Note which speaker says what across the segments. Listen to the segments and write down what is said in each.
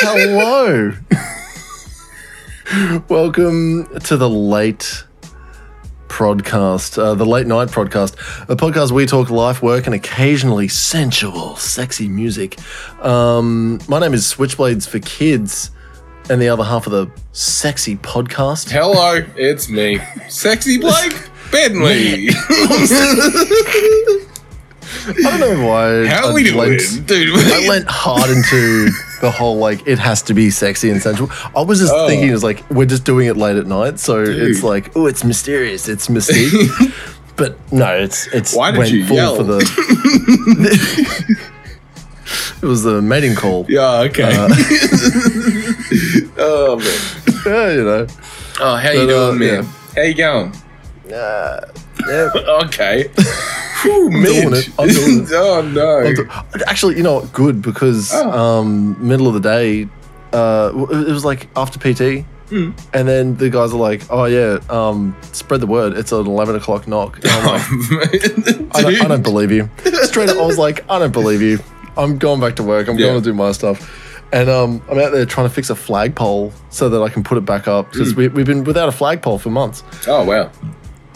Speaker 1: Hello. Welcome to the late podcast, uh, the late night podcast, a podcast where we talk life, work, and occasionally sensual, sexy music. Um, my name is Switchblades for Kids, and the other half of the sexy podcast.
Speaker 2: Hello, it's me, Sexy Blake Bentley.
Speaker 1: I don't know why.
Speaker 2: How
Speaker 1: I
Speaker 2: are we doing,
Speaker 1: lent-
Speaker 2: dude?
Speaker 1: I went hard into the whole like it has to be sexy and sensual. I was just
Speaker 2: Oh.
Speaker 1: thinking it was like we're just doing it late at night, so it's like oh, it's mysterious, it's mystique. but no, it's it's
Speaker 2: Why did
Speaker 1: went
Speaker 2: you
Speaker 1: full
Speaker 2: yell?
Speaker 1: for the. it was the mating call.
Speaker 2: yeah, okay.
Speaker 1: Uh,
Speaker 2: oh man.
Speaker 1: Yeah, you know.
Speaker 2: Oh, how you
Speaker 1: But, uh,
Speaker 2: doing, man? How you going?
Speaker 1: Uh, yeah.
Speaker 2: Okay. Whew,
Speaker 1: doing
Speaker 2: Midge.
Speaker 1: it. I'm doing it.
Speaker 2: oh no.
Speaker 1: Actually, you know what? Good because
Speaker 2: Oh.
Speaker 1: um, middle of the day, uh, w- it was like after PT,
Speaker 2: Hmm.
Speaker 1: and then the guys are like, "Oh yeah, um, spread the word. It's an eleven o'clock knock." And I'm like,
Speaker 2: Oh, Dude,
Speaker 1: I, don't, I don't believe you. Straight up, I was like, "I don't believe you. I'm going back to work. I'm
Speaker 2: Yeah.
Speaker 1: going to do my stuff." And um, I'm out there trying to fix a flagpole so that I can put it back up because
Speaker 2: Hmm.
Speaker 1: we, we've been without a flagpole for months.
Speaker 2: oh wow.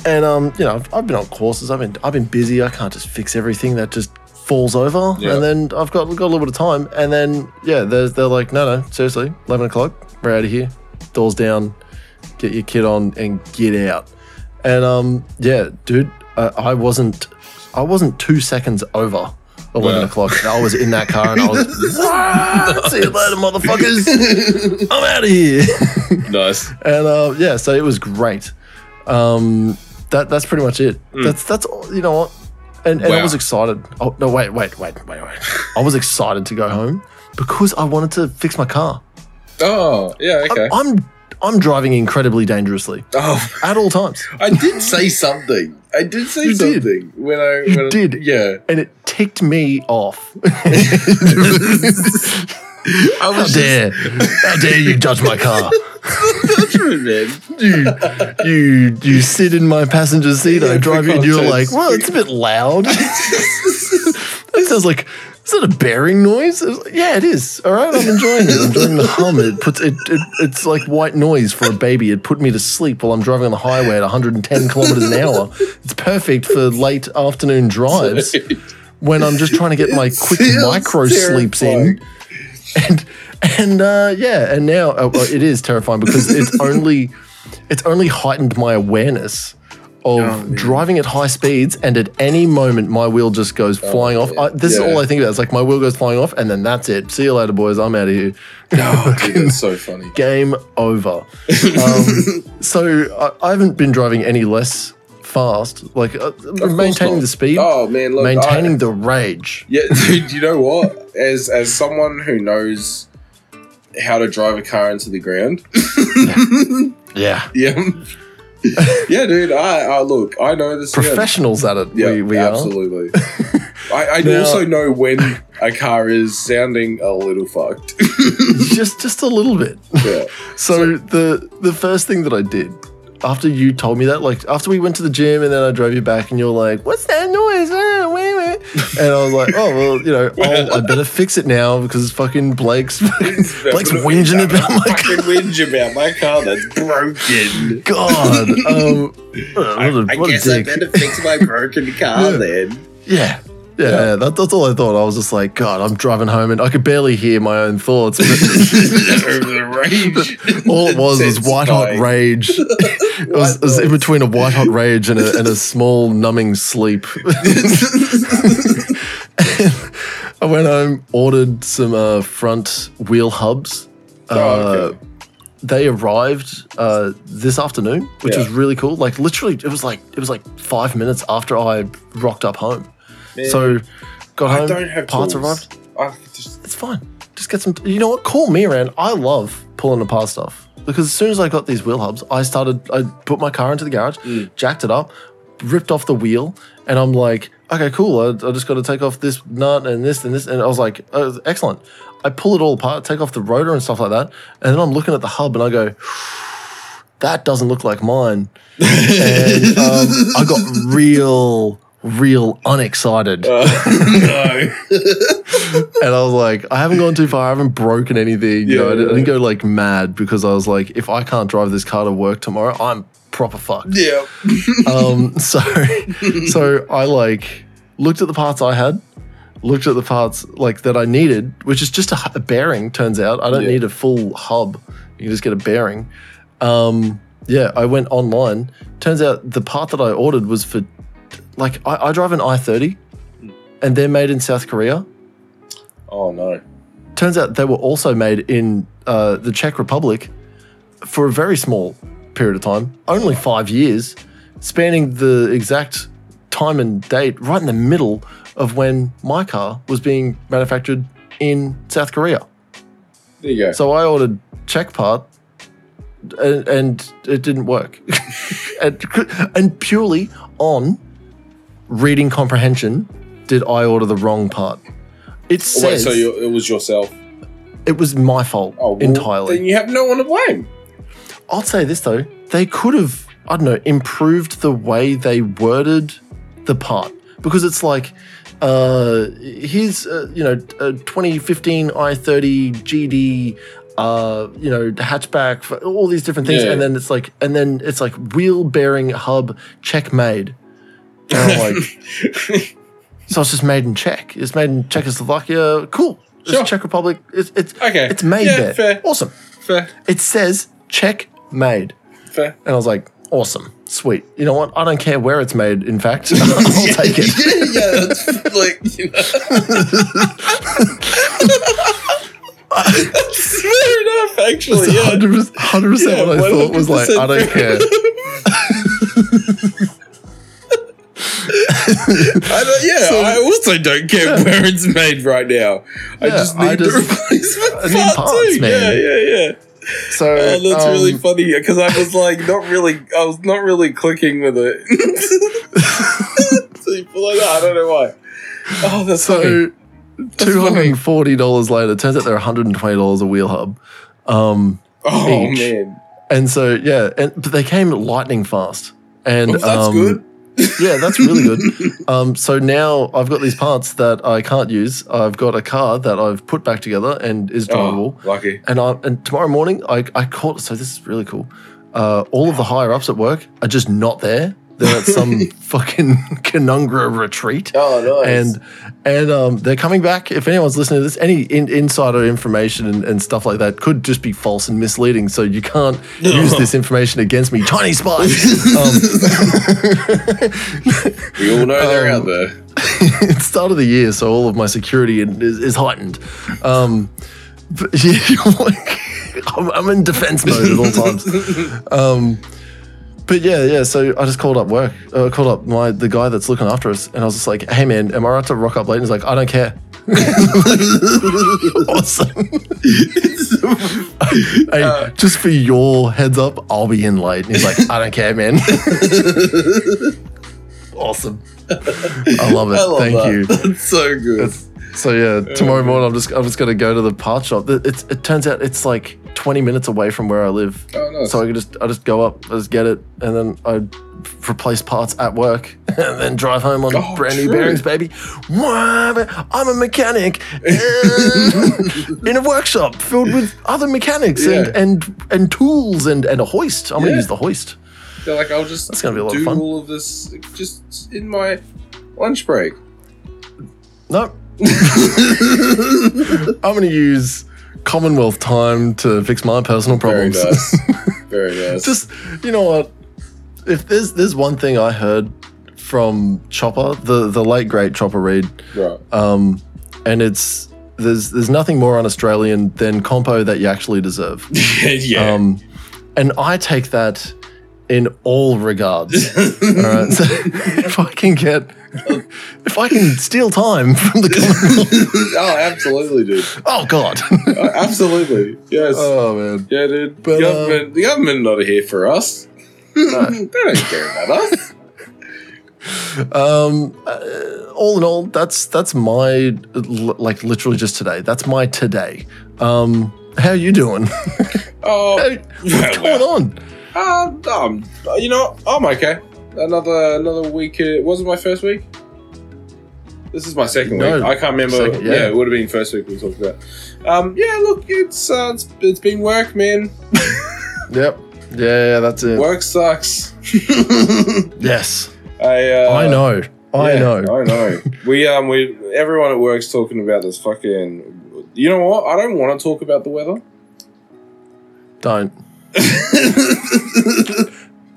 Speaker 1: And um, you know, I've, I've been on courses. I've been I've been busy. I can't just fix everything that just falls over.
Speaker 2: Yeah.
Speaker 1: And then I've got got a little bit of time. And then yeah, there's they're like, no, no, seriously, eleven o'clock, we're out of here. Doors down, get your kid on and get out. And um, yeah, dude, I, I wasn't I wasn't two seconds over. 11
Speaker 2: Wow.
Speaker 1: o'clock. I was in that car and I was, see you later, motherfuckers. I'm out of here.
Speaker 2: Nice.
Speaker 1: and uh, yeah, so it was great. Um, that that's pretty much it. That's that's all, you know what. And, and I
Speaker 2: Wow.
Speaker 1: was excited. Oh no! Wait, wait, wait, wait, wait. I was excited to go home because I wanted to fix my car.
Speaker 2: Oh yeah. Okay.
Speaker 1: I'm I'm driving incredibly dangerously
Speaker 2: oh.
Speaker 1: at all times,
Speaker 2: I did say something. I did say
Speaker 1: You
Speaker 2: something
Speaker 1: did.
Speaker 2: when I when I-
Speaker 1: did.
Speaker 2: Yeah,
Speaker 1: and it ticked me off.
Speaker 2: I
Speaker 1: How
Speaker 2: was
Speaker 1: dare how dare you judge my car?
Speaker 2: just judgment, man.
Speaker 1: You you you sit in my passenger seat. I
Speaker 2: Yeah,
Speaker 1: drive you, and
Speaker 2: because
Speaker 1: you're like,
Speaker 2: it's-
Speaker 1: well, it's a bit loud. It sounds like is that a bearing noise? It was like, yeah, it is. All right, I'm enjoying it. I'm enjoying the hum. It puts it, it. It's like white noise for a baby. It put me to sleep while I'm driving on the highway at 110 kilometers an hour. It's perfect for late afternoon drives when I'm just trying to get my quick
Speaker 2: Sounds
Speaker 1: micro sleeps in.
Speaker 2: terrifying.
Speaker 1: And and uh, yeah, and now uh, well, it is terrifying because it's only it's only heightened my awareness
Speaker 2: Oh,
Speaker 1: of driving at high speeds, and at any moment my wheel just goes flying off. I, this
Speaker 2: Oh, yeah.
Speaker 1: is all I think about. It's like my wheel goes flying off, and then that's it. See you later, boys. I'm out of here.
Speaker 2: Oh, dude, that's so funny.
Speaker 1: Game over. Um, so I, I haven't been driving any less fast. Like uh, maintaining
Speaker 2: not.
Speaker 1: the speed,
Speaker 2: Oh man, look,
Speaker 1: maintaining
Speaker 2: I,
Speaker 1: the rage.
Speaker 2: yeah, dude. You know what? As as someone who knows how to drive a car into the ground,
Speaker 1: Yeah.
Speaker 2: yeah, yeah, dude. I, I look. I know this. man.
Speaker 1: professionals at it.
Speaker 2: Yeah,
Speaker 1: we, we are.
Speaker 2: absolutely. I, I
Speaker 1: Now-
Speaker 2: also know when a car is sounding a little fucked.
Speaker 1: Just just a little bit.
Speaker 2: yeah.
Speaker 1: So the the first thing that I did after you told me that, like after we went to the gym and then I drove you back and you're like, "What's that noise?" Ah, wait, wait. And I was like, "Oh well, you know, oh, I better fix it now because fucking Blake's Blake's whinging about my
Speaker 2: fucking whinge about my car that's broken.
Speaker 1: god." Um,
Speaker 2: I,
Speaker 1: what a,
Speaker 2: I
Speaker 1: what a
Speaker 2: guess I
Speaker 1: dick.
Speaker 2: better fix my broken car
Speaker 1: Yeah.
Speaker 2: then.
Speaker 1: Yeah. Yeah,
Speaker 2: Yeah.
Speaker 1: yeah, that, that's all I thought. I was just like, God, I'm driving home and I could barely hear my own thoughts. But
Speaker 2: Over the range.
Speaker 1: All it was was
Speaker 2: Sense
Speaker 1: white hot
Speaker 2: dying.
Speaker 1: rage. It was, it was in between a white hot rage and a, and a small numbing sleep. I went home, ordered some uh, front wheel hubs. Uh,
Speaker 2: Oh, okay.
Speaker 1: They arrived uh, this afternoon, which
Speaker 2: Yeah.
Speaker 1: was really cool. Like literally, it was like it was like five minutes after I rocked up home.
Speaker 2: Man,
Speaker 1: So got
Speaker 2: I
Speaker 1: home.
Speaker 2: don't have
Speaker 1: parts
Speaker 2: tools.
Speaker 1: arrived.
Speaker 2: I just,
Speaker 1: It's fine. Just get some. You know what? Call me around. I love pulling apart stuff because as soon as I got these wheel hubs, I started. I put my car into the garage, jacked it up, ripped off the wheel, and I'm like, okay, cool. I, I just got to take off this nut and this and this, and I was like, oh, excellent. I pull it all apart, take off the rotor and stuff like that, and then I'm looking at the hub and I go, that doesn't look like mine. and um, I got real, real unexcited.
Speaker 2: uh, no.
Speaker 1: And I was like, I haven't gone too far. I haven't broken anything. you
Speaker 2: Yeah,
Speaker 1: know, I, didn't, I
Speaker 2: yeah.
Speaker 1: didn't go like mad because I was like, if I can't drive this car to work tomorrow, I'm proper fucked.
Speaker 2: yeah.
Speaker 1: um, so, so I like looked at the parts I had, looked at the parts like that I needed, which is just a, h- a bearing. Turns out I don't
Speaker 2: Yeah.
Speaker 1: need a full hub. You can just get a bearing. Um, yeah, I went online. Turns out the part that I ordered was for like I, I drive an i30,
Speaker 2: Hmm.
Speaker 1: and they're made in South Korea.
Speaker 2: Oh no.
Speaker 1: Turns out they were also made in uh, the Czech Republic for a very small period of time, only five years, spanning the exact time and date right in the middle of when my car was being manufactured in South Korea.
Speaker 2: There you go.
Speaker 1: So I ordered Czech part and, and it didn't work. and, and purely on reading comprehension, did I order the wrong part? It
Speaker 2: Oh, Wait,
Speaker 1: says
Speaker 2: so you it was yourself.
Speaker 1: it was my fault
Speaker 2: Oh, well,
Speaker 1: entirely.
Speaker 2: Then you have no one to blame.
Speaker 1: I'll say this though, they could have, I don't know, improved the way they worded the part because it's like, uh, here's, uh, you know, a 2015 i30 GD, uh, you know, hatchback, for all these different things.
Speaker 2: Yeah.
Speaker 1: And then it's like, and then it's like wheel bearing hub check made. And I'm like, so it's just made in Czech. It's made in Czechoslovakia. Cool. It's
Speaker 2: Sure.
Speaker 1: Czech Republic. It's, it's,
Speaker 2: Okay.
Speaker 1: it's made
Speaker 2: Yeah,
Speaker 1: there.
Speaker 2: fair.
Speaker 1: Awesome.
Speaker 2: fair,
Speaker 1: It says Czech made.
Speaker 2: fair.
Speaker 1: And I was like, awesome, sweet. You know what? I don't care where it's made, in fact. I'll take it.
Speaker 2: yeah, yeah. That's like you know. Fair enough, actually. Yeah.
Speaker 1: 100%, 100%
Speaker 2: Yeah,
Speaker 1: what I thought was like, I don't care.
Speaker 2: 100% I don't, yeah, I also don't care where it's made right now. I
Speaker 1: Yeah,
Speaker 2: just need
Speaker 1: I
Speaker 2: the
Speaker 1: just-
Speaker 2: replacement
Speaker 1: I need
Speaker 2: part
Speaker 1: parts,
Speaker 2: too.
Speaker 1: man.
Speaker 2: Yeah, yeah, yeah.
Speaker 1: So
Speaker 2: Oh, that's
Speaker 1: um,
Speaker 2: really funny because I was like, not really, I was not really clicking with it. People like that, I don't know why. Oh, that's funny.
Speaker 1: So $240 later, turns out they're $120 a wheel hub. Um,
Speaker 2: Oh
Speaker 1: each.
Speaker 2: man,
Speaker 1: and so, yeah, and but they came lightning fast. And
Speaker 2: Oh, that's
Speaker 1: um,
Speaker 2: good.
Speaker 1: yeah, that's really good. Um, so now I've got these parts that I can't use. I've got a car that I've put back together and is drivable.
Speaker 2: Oh, lucky.
Speaker 1: And I and tomorrow morning I, I caught so this is really cool. Uh, all of the higher ups at work are just not there. They're at some fucking Canungra retreat.
Speaker 2: Oh,
Speaker 1: And and um, they're coming back. If anyone's listening to this, any in, insider information and, and stuff like that could just be false and misleading. So you can't use this information against me. Tiny spy. um,
Speaker 2: we all know they're
Speaker 1: um,
Speaker 2: out there.
Speaker 1: it's start of the year, so all of my security in- is, is heightened. Um, but yeah, you're like, I'm, I'm in defense mode at all times. Um, but yeah, yeah. So I just called up work. Uh, called up my the guy that's looking after us, and I was just like, "Hey man, am I right to rock up late?" And he's like, "I don't care." awesome. hey,
Speaker 2: Uh,
Speaker 1: just for your heads up, I'll be in late. And he's like, "I don't care, man." awesome. I love it.
Speaker 2: I love
Speaker 1: Thank
Speaker 2: that.
Speaker 1: you.
Speaker 2: That's so good.
Speaker 1: That's- So yeah, tomorrow morning I'm just I'm just gonna go to the part shop. It, it's- it turns out it's like 20 minutes away from where I live,
Speaker 2: oh, nice.
Speaker 1: so I can just I just go up, I just get it, and then I f- replace parts at work, and then drive home on
Speaker 2: Oh,
Speaker 1: brand new
Speaker 2: true.
Speaker 1: bearings, baby. Wah, I'm a mechanic uh, in a workshop filled with other mechanics
Speaker 2: Yeah.
Speaker 1: and and and tools and and a hoist. I'm
Speaker 2: Yeah.
Speaker 1: gonna use the hoist.
Speaker 2: They're like, I'll just
Speaker 1: That's gonna be a lot
Speaker 2: do
Speaker 1: of fun.
Speaker 2: all of this just in my lunch break.
Speaker 1: No. I'm going to use Commonwealth time to fix my personal
Speaker 2: Very
Speaker 1: problems.
Speaker 2: nice. Very nice.
Speaker 1: Just, you know what? If there's there's one thing I heard from Chopper, the, the late great Chopper Reed,
Speaker 2: right.
Speaker 1: um, and it's there's there's nothing more un-Australian than compo that you actually deserve.
Speaker 2: yeah.
Speaker 1: Um, and I take that in all regards. All right. So if I can get, if I can steal time from the Commonwealth,
Speaker 2: oh, absolutely, dude.
Speaker 1: oh god.
Speaker 2: Uh, absolutely. Yes.
Speaker 1: Oh man.
Speaker 2: yeah, dude.
Speaker 1: but, uh,
Speaker 2: government, the government not here for us. they don't care about us.
Speaker 1: Um, uh, all in all, that's that's my l- like literally just today. That's my today. Um, how you doing?
Speaker 2: Oh,
Speaker 1: Hey, What's going on?
Speaker 2: um, um, uh, you know, what? I'm okay. Another another week. uh, It wasn't my first week. This is my second
Speaker 1: No.
Speaker 2: week. I can't remember.
Speaker 1: Second-
Speaker 2: yeah.
Speaker 1: yeah.
Speaker 2: it would have been first week we talked about. Um, yeah, look, it's uh, it's, it's been work, man.
Speaker 1: Yep. Yeah, yeah, that's it.
Speaker 2: Work sucks.
Speaker 1: Yes.
Speaker 2: I uh,
Speaker 1: I know. I
Speaker 2: yeah,
Speaker 1: know.
Speaker 2: I know. we um we everyone at work's talking about this fucking. You know what? I don't want to talk about the weather.
Speaker 1: Don't.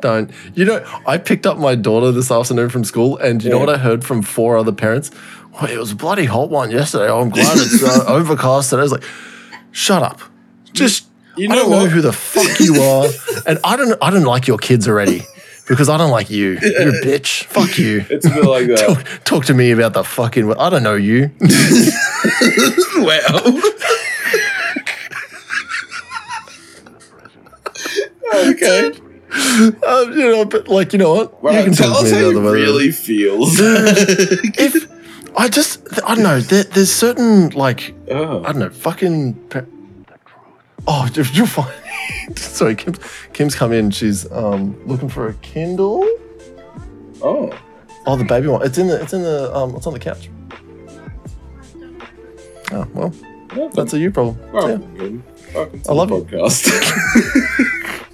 Speaker 1: Don't. You know, I picked up my daughter this afternoon from school, and you know
Speaker 2: Yeah.
Speaker 1: what I heard from four other parents? Well, it was a bloody hot one yesterday. Oh, I'm glad it's uh, overcast today. I was like, shut up. Just,
Speaker 2: You
Speaker 1: I
Speaker 2: know
Speaker 1: don't know
Speaker 2: what?
Speaker 1: who the fuck you are, and I don't, I don't like your kids already because I don't like you. You're a bitch. Fuck you.
Speaker 2: It's a bit like that.
Speaker 1: Talk, talk to me about the fucking. I don't know you.
Speaker 2: well. okay.
Speaker 1: Um, you know, but like, you know what?
Speaker 2: Well,
Speaker 1: you can
Speaker 2: tell
Speaker 1: talk to
Speaker 2: us
Speaker 1: me
Speaker 2: how
Speaker 1: about the
Speaker 2: you
Speaker 1: weather.
Speaker 2: really feels.
Speaker 1: if I just, I don't know. There, there's certain like, I
Speaker 2: oh.
Speaker 1: don't know, fucking. Pe- oh, you- you're fine. Sorry, Kim, Kim's come in. She's um looking for a Kindle.
Speaker 2: oh.
Speaker 1: Oh, the baby one. It's in the. It's in the. Um, it's on the couch. Oh well,
Speaker 2: Yeah,
Speaker 1: that's a you problem.
Speaker 2: well,
Speaker 1: Yeah.
Speaker 2: good. Welcome to
Speaker 1: I love
Speaker 2: the
Speaker 1: it.
Speaker 2: podcast.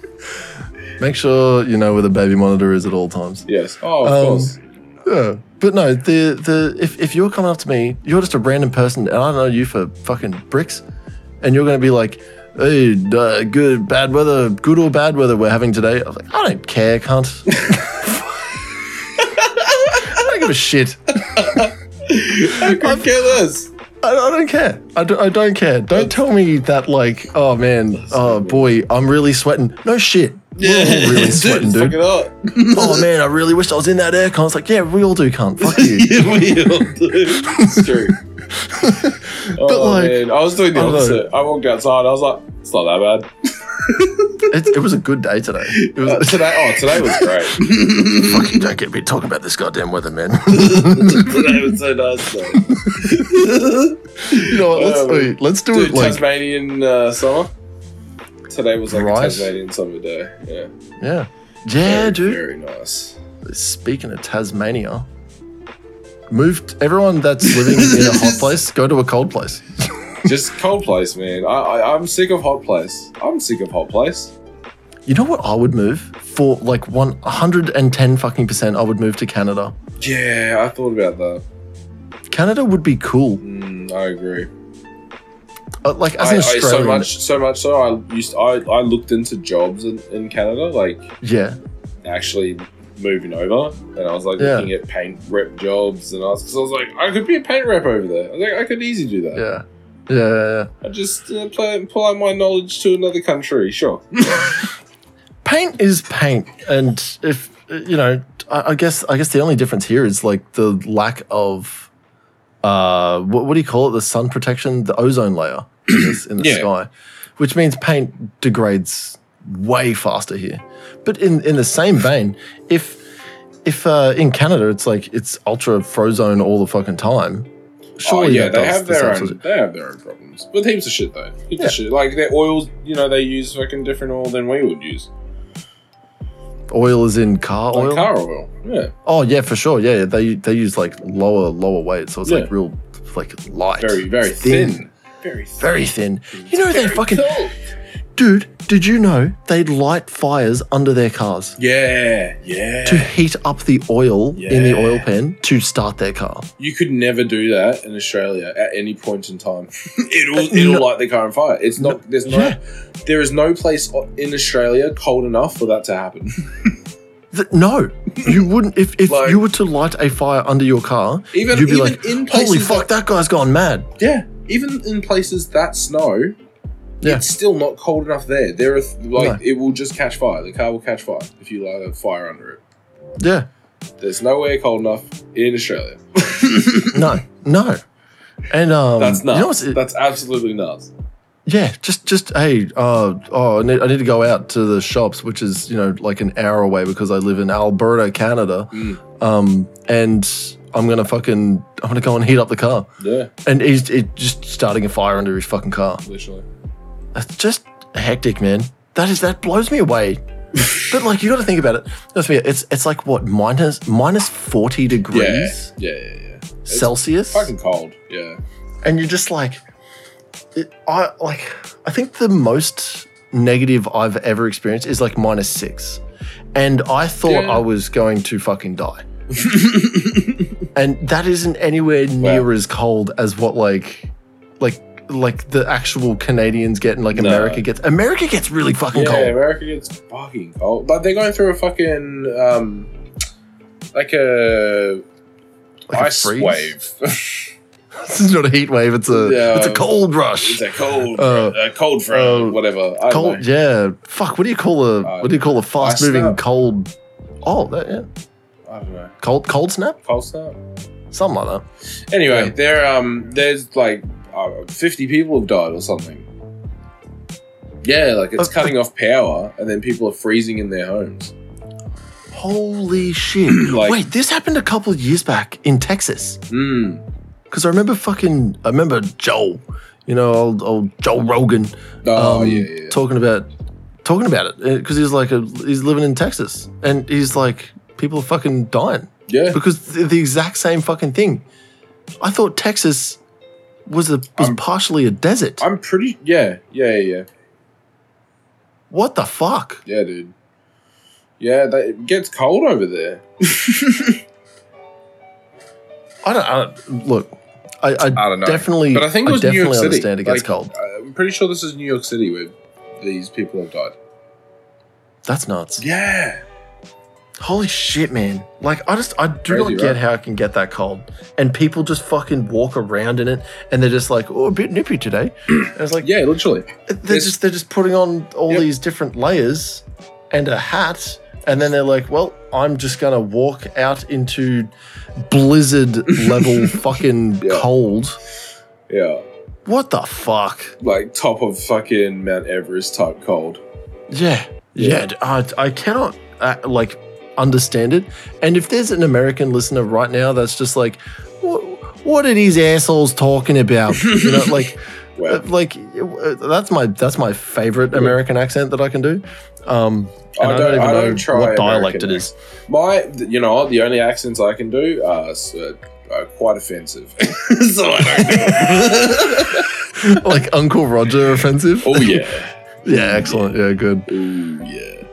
Speaker 1: Make sure you know where the baby monitor is at all times.
Speaker 2: yes. Oh, of
Speaker 1: Um,
Speaker 2: course.
Speaker 1: Yeah, but no, the the if, if you're coming up to me, you're just a random person, and I know you for fucking bricks, and you're gonna be like, "Hey, uh, good, bad weather, good or bad weather we're having today." I was like, "I don't care, cunt." I don't give a shit.
Speaker 2: I could care less.
Speaker 1: I, I don't care. I don't, I don't care. Don't tell me that like, oh man, oh boy, I'm really sweating. No shit. We're all really
Speaker 2: Dude,
Speaker 1: sweating,
Speaker 2: it's
Speaker 1: dude.
Speaker 2: Fucking hot.
Speaker 1: Oh man, I really wish I was in that aircon. It's like, yeah, we all do, cunt. Fuck you.
Speaker 2: yeah, we all do. It's true. oh,
Speaker 1: like,
Speaker 2: man. I was doing the
Speaker 1: I don't know.
Speaker 2: opposite. I walked outside. I was like, it's not that bad.
Speaker 1: It, it was a good day today. It was,
Speaker 2: Uh, today, oh, today was great.
Speaker 1: Fucking don't get me talking about this goddamn weather, man.
Speaker 2: today was so nice. Though.
Speaker 1: you know what? Let's,
Speaker 2: Um,
Speaker 1: wait, let's do
Speaker 2: Dude,
Speaker 1: it Mm. like
Speaker 2: Tasmanian uh, summer. Today was like
Speaker 1: Right.
Speaker 2: a Tasmanian summer day. Yeah.
Speaker 1: yeah, yeah,
Speaker 2: very,
Speaker 1: dude.
Speaker 2: Very nice.
Speaker 1: Speaking of Tasmania, moved everyone that's living in a hot place go to a cold place.
Speaker 2: Just cold place, man. I, I I'm sick of hot place. I'm sick of hot place.
Speaker 1: You know what? I would move for like one hundred and ten fucking percent. I would move to Canada.
Speaker 2: Yeah, I thought about that.
Speaker 1: Canada would be cool.
Speaker 2: Mm, I agree.
Speaker 1: Uh, like as
Speaker 2: I,
Speaker 1: an
Speaker 2: I,
Speaker 1: Australian,
Speaker 2: so much, so much. So I used. I I looked into jobs in, in Canada, like
Speaker 1: yeah,
Speaker 2: actually moving over, and I was like
Speaker 1: Yeah.
Speaker 2: looking at paint rep jobs, and I was, 'cause I was like, I could be a paint rep over there. I was like, I could easily do that.
Speaker 1: yeah, yeah, yeah.
Speaker 2: I just uh, apply, apply my knowledge to another country. Sure.
Speaker 1: paint is paint, and if you know, I, I guess I guess the only difference here is like the lack of, uh, what, what do you call it? The sun protection, the ozone layer in, this, in the
Speaker 2: Yeah.
Speaker 1: sky, which means paint degrades way faster here. But in in the same vein, if if uh, in Canada it's like it's ultra frozone all the fucking time. Surely
Speaker 2: oh, yeah,
Speaker 1: that
Speaker 2: they
Speaker 1: does
Speaker 2: have
Speaker 1: the
Speaker 2: their
Speaker 1: same
Speaker 2: own.
Speaker 1: sort of-
Speaker 2: They have their own problems with heaps of shit though. Heaps
Speaker 1: Yeah.
Speaker 2: of shit. Like their oils, you know, they use fucking different oil than we would use.
Speaker 1: oil is in car
Speaker 2: Like
Speaker 1: oil.
Speaker 2: car oil. Yeah,
Speaker 1: Oh yeah, for sure. Yeah, yeah. they they use like lower lower weight, so it's
Speaker 2: Yeah.
Speaker 1: like real like light,
Speaker 2: very very thin. Very thin.
Speaker 1: very thin. You know they
Speaker 2: Very
Speaker 1: fucking
Speaker 2: cool.
Speaker 1: dude. Did you know they light fires under their cars
Speaker 2: Yeah, yeah.
Speaker 1: to heat up the oil in the
Speaker 2: Yeah.
Speaker 1: oil pan to start their car?
Speaker 2: You could never do that in Australia at any point in time. it'll it'll
Speaker 1: No.
Speaker 2: light the car on fire. It's not. There's no.
Speaker 1: Yeah.
Speaker 2: There is no place o- in Australia cold enough for that to happen.
Speaker 1: Th- no, you wouldn't. If if
Speaker 2: Like-
Speaker 1: you were to light a fire under your car,
Speaker 2: Even
Speaker 1: you'd be
Speaker 2: even
Speaker 1: like,
Speaker 2: in places
Speaker 1: "Holy fuck, that guy's gone mad."
Speaker 2: that- yeah. Even in places that snow,
Speaker 1: Yeah.
Speaker 2: it's still not cold enough there. There are th-
Speaker 1: No.
Speaker 2: like it will just catch fire. The car will catch fire if you light a fire under it.
Speaker 1: Yeah,
Speaker 2: There's nowhere cold enough in Australia.
Speaker 1: no, no, and um,
Speaker 2: That's
Speaker 1: you know
Speaker 2: nuts.
Speaker 1: what's-
Speaker 2: That's absolutely nuts.
Speaker 1: Yeah, just just hey, uh, oh, I need, I need to go out to the shops, which is you know like an hour away because I live in Alberta, Canada,
Speaker 2: Mm.
Speaker 1: um, and I'm gonna fucking I'm gonna go and heat up the car,
Speaker 2: Yeah,
Speaker 1: and he's it just starting a fire under his fucking car.
Speaker 2: literally.
Speaker 1: That's just hectic, man. That is that blows me away. but like you got to think about it. Let's be- It's it's like what minus minus forty
Speaker 2: Yeah,
Speaker 1: degrees
Speaker 2: yeah, yeah, yeah. It's
Speaker 1: Celsius,
Speaker 2: fucking cold. Yeah,
Speaker 1: and you're just like, it, I like. I think the most negative I've ever experienced is like minus six, and I thought
Speaker 2: Yeah.
Speaker 1: I was going to fucking die. and that isn't anywhere near as cold as what like like like the actual Canadians get and like
Speaker 2: No.
Speaker 1: America gets. America gets really fucking
Speaker 2: yeah.
Speaker 1: cold.
Speaker 2: America gets fucking cold. Like they're going through a fucking um, like a
Speaker 1: Like a
Speaker 2: ice
Speaker 1: freeze.
Speaker 2: wave.
Speaker 1: this is not a heat wave. It's a
Speaker 2: Yeah.
Speaker 1: it's a cold rush.
Speaker 2: it's a cold,
Speaker 1: Uh,
Speaker 2: a cold front,
Speaker 1: uh,
Speaker 2: whatever. I
Speaker 1: cold.
Speaker 2: cold.
Speaker 1: Yeah. Fuck. What do you call a
Speaker 2: Uh,
Speaker 1: what do you call a fast moving
Speaker 2: snap.
Speaker 1: cold? Oh, that, yeah.
Speaker 2: I don't know.
Speaker 1: Cold cold snap.
Speaker 2: Cold snap.
Speaker 1: Something like that.
Speaker 2: Anyway,
Speaker 1: Yeah.
Speaker 2: there um, there's like uh, fifty people have died or something. Yeah, like it's
Speaker 1: Uh,
Speaker 2: cutting off power, and then people are freezing in their homes.
Speaker 1: Holy shit!
Speaker 2: Like-
Speaker 1: Wait, this happened a couple of years back in Texas.
Speaker 2: Mm.
Speaker 1: Because I remember fucking, I remember Joel, you know, old, old Joel Rogan,
Speaker 2: Oh
Speaker 1: um,
Speaker 2: yeah, yeah.
Speaker 1: talking about talking about it because he's like a, he's living in Texas and he's like people are fucking dying
Speaker 2: yeah.
Speaker 1: because th- the exact same fucking thing. I thought Texas was a was
Speaker 2: I'm-
Speaker 1: partially a desert.
Speaker 2: I'm pretty. Yeah, yeah, yeah, yeah,
Speaker 1: what the fuck?
Speaker 2: yeah, dude. Yeah, they, it gets cold over there.
Speaker 1: I don't, I don't look. I, I,
Speaker 2: I don't know.
Speaker 1: definitely,
Speaker 2: but I think it was New
Speaker 1: definitely
Speaker 2: York City.
Speaker 1: understand it gets
Speaker 2: Like,
Speaker 1: cold.
Speaker 2: I'm pretty sure this is New York City where these people have died.
Speaker 1: That's nuts.
Speaker 2: Yeah,
Speaker 1: Holy shit, man. Like, I just, I do
Speaker 2: Crazy,
Speaker 1: not get
Speaker 2: right?
Speaker 1: how it can get that cold. And people just fucking walk around in it and they're just like, oh, a bit nippy today. and it's like,
Speaker 2: yeah, literally.
Speaker 1: they're
Speaker 2: it's-
Speaker 1: just, they're just putting on all
Speaker 2: Yep.
Speaker 1: these different layers and a hat. And then they're like, well, I'm just going to walk out into blizzard level fucking
Speaker 2: Yeah.
Speaker 1: cold.
Speaker 2: Yeah,
Speaker 1: What the fuck?
Speaker 2: like top of fucking Mount Everest type cold.
Speaker 1: Yeah. Yeah.
Speaker 2: Yeah.
Speaker 1: d- I, I cannot uh, like understand it. And if there's an American listener right now that's just like, "Wha- what are these assholes talking about? you know, like, uh,
Speaker 2: Wow,
Speaker 1: like uh, that's my that's my favorite American accent that I can do. Um, and I, don't, even know what dialect
Speaker 2: American
Speaker 1: it is.
Speaker 2: accent. My, th- you know, what, the only accents I can do are, s- uh, are quite offensive, so I don't do it.
Speaker 1: like Uncle Roger offensive.
Speaker 2: oh yeah,
Speaker 1: yeah, excellent. Yeah, good.
Speaker 2: oh yeah,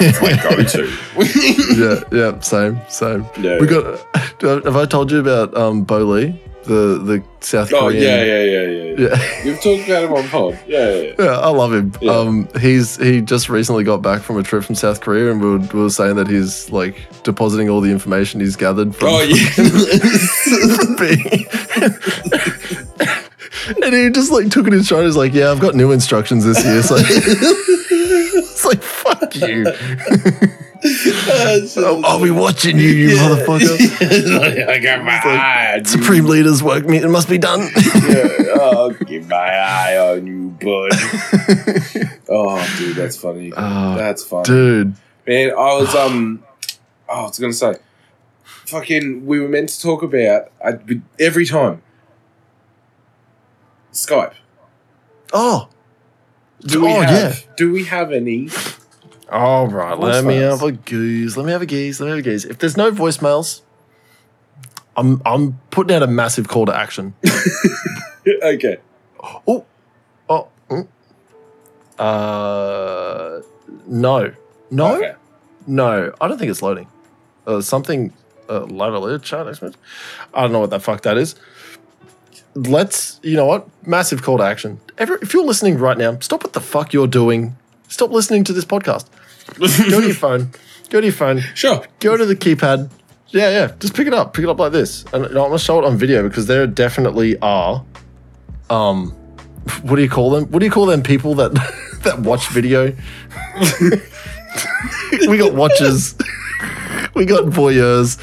Speaker 2: Oh go to.
Speaker 1: yeah, yeah, same, same.
Speaker 2: Yeah.
Speaker 1: We got. Have I told you about um, Bo Lee, the the South
Speaker 2: oh
Speaker 1: Korean?
Speaker 2: yeah, yeah, yeah, yeah. yeah.
Speaker 1: yeah.
Speaker 2: You've talked about him on pod. Yeah, yeah. yeah.
Speaker 1: Yeah, I love him.
Speaker 2: Yeah.
Speaker 1: Um, he's he just recently got back from a trip from South Korea, and we were, we were saying that he's like depositing all the information he's gathered from.
Speaker 2: Oh yeah.
Speaker 1: from being- and he just like took it in stride. He's like, "Yeah, I've got new instructions this year." It's like, it's like fuck you. I'll, I'll be watching you, you motherfucker.
Speaker 2: I got my
Speaker 1: It's like-
Speaker 2: eye. on you.
Speaker 1: Supreme leaders work. Me, it must be done.
Speaker 2: Yeah, I'll keep my eye on you, bud. oh, dude, that's funny.
Speaker 1: oh,
Speaker 2: That's funny,
Speaker 1: dude.
Speaker 2: man. I was um, oh, I was gonna say, fucking, we were meant to talk about I, every time Skype.
Speaker 1: Oh.
Speaker 2: Do we
Speaker 1: oh
Speaker 2: have?
Speaker 1: yeah.
Speaker 2: Do we have any?
Speaker 1: All right, let
Speaker 2: Voicemails.
Speaker 1: me have a gaze. Let me have a gaze. Let me have a gaze. If there's no voicemails, I'm I'm putting out a massive call to action.
Speaker 2: okay.
Speaker 1: Oh, oh, mm. uh, no, no,
Speaker 2: Okay.
Speaker 1: no. I don't think it's loading. Uh, something uh, live alert chat. expert. I don't know what the fuck that is. Let's, you know what? Massive call to action. Every, if you're listening right now, stop what the fuck you're doing. Stop listening to this podcast. Go to your phone. Go to your phone
Speaker 2: Sure.
Speaker 1: go to the keypad. Yeah, yeah. Just pick it up. Pick it up like this. And I'm gonna show it on video because there definitely are. Um, what do you call them? What do you call them people that that watch video? we got watchers. we got voyeurs.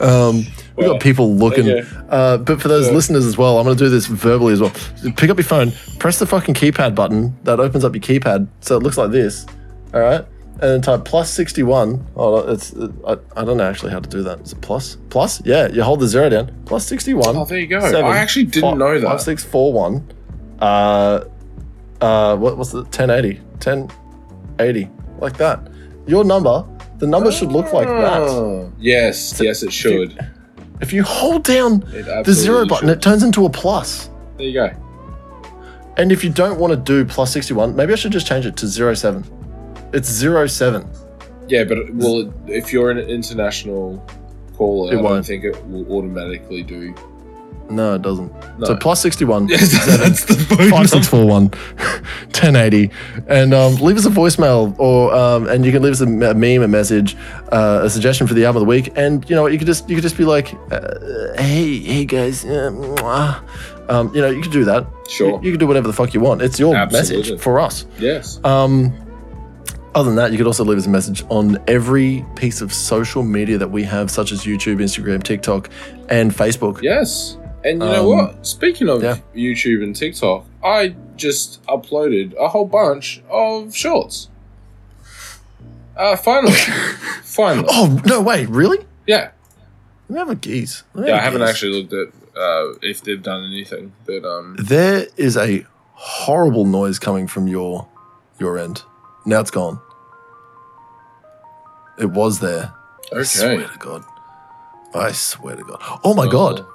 Speaker 1: Um, we
Speaker 2: Well,
Speaker 1: got people looking.
Speaker 2: okay.
Speaker 1: Uh, but for those
Speaker 2: Yeah.
Speaker 1: listeners as well, I'm gonna do this verbally as well. Pick up your phone. Press the fucking keypad button. That opens up your keypad, so it looks like this. All right. And then type plus 61. Oh, no, it's, uh, I, I don't know actually how to do that. Is it plus? Plus? Yeah, you hold the zero down. Plus 61.
Speaker 2: Oh, there you go. I actually didn't
Speaker 1: fi-
Speaker 2: know that.
Speaker 1: 5641. Uh, uh, what, what's the 1080? 1080. Like that. your number, the number should look like that.
Speaker 2: Oh, Yes, yes, it should.
Speaker 1: If you hold down
Speaker 2: It
Speaker 1: the
Speaker 2: absolutely
Speaker 1: zero button,
Speaker 2: should.
Speaker 1: it turns into a plus.
Speaker 2: There you go.
Speaker 1: And if you don't want to do plus 61, maybe I should just change it to 07. It's 07.
Speaker 2: Yeah, but it- well, if you're an international caller,
Speaker 1: It
Speaker 2: I don't
Speaker 1: won't.
Speaker 2: think it will automatically do.
Speaker 1: No, it doesn't.
Speaker 2: No.
Speaker 1: So plus 61.
Speaker 2: Yes, that's the phone number.
Speaker 1: 5641 1080 and um, leave us a voicemail or um, and you can leave us a, me- a meme a message uh, a suggestion for the album of the week and you know you could just you could just be like uh, hey hey guys uh, mwah. um, you know you could do that
Speaker 2: Sure.
Speaker 1: you, you can do whatever the fuck you want it's your
Speaker 2: Absolutely.
Speaker 1: message for us
Speaker 2: Yes.
Speaker 1: um, other than that, you could also leave us a message on every piece of social media that we have, such as YouTube, Instagram, TikTok, and Facebook.
Speaker 2: Yes. And you know
Speaker 1: Um,
Speaker 2: what? Speaking of
Speaker 1: yeah.
Speaker 2: YouTube and TikTok, I just uploaded a whole bunch of shorts. Uh, finally. finally.
Speaker 1: Oh no way! Really?
Speaker 2: Yeah.
Speaker 1: Let me have a geese. Let me
Speaker 2: Yeah, I
Speaker 1: have a
Speaker 2: haven't
Speaker 1: geese.
Speaker 2: actually looked at uh, if they've done anything, but um,
Speaker 1: There is a horrible noise coming from your your end. Now it's gone. It was there. I swear
Speaker 2: okay.
Speaker 1: to God. I swear to God. Oh my God.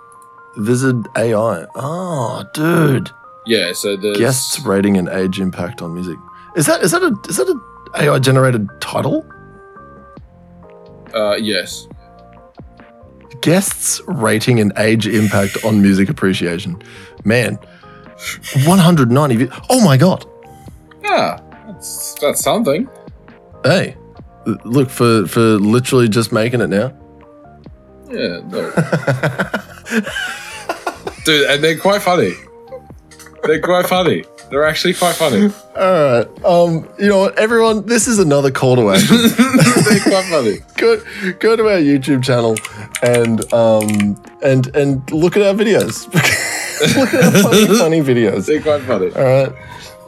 Speaker 1: There's an AI. Oh, dude.
Speaker 2: Yeah, so there's.
Speaker 1: guests rating and age impact on music. Is that is that a is that an AI generated title?
Speaker 2: Uh, yes.
Speaker 1: Guests rating and age impact on music appreciation. Man, 190. vi- Oh my god.
Speaker 2: Yeah, Ah, that's, that's something.
Speaker 1: Hey, l- look for for literally just making it now.
Speaker 2: Yeah, no. Dude, and they're quite funny. They're quite funny. They're actually quite funny.
Speaker 1: All right. Um, you know what, everyone, this is another call to action.
Speaker 2: they're quite funny.
Speaker 1: go go to our YouTube channel and um and and look at our videos. look at our funny, funny videos.
Speaker 2: They're quite funny.
Speaker 1: All right.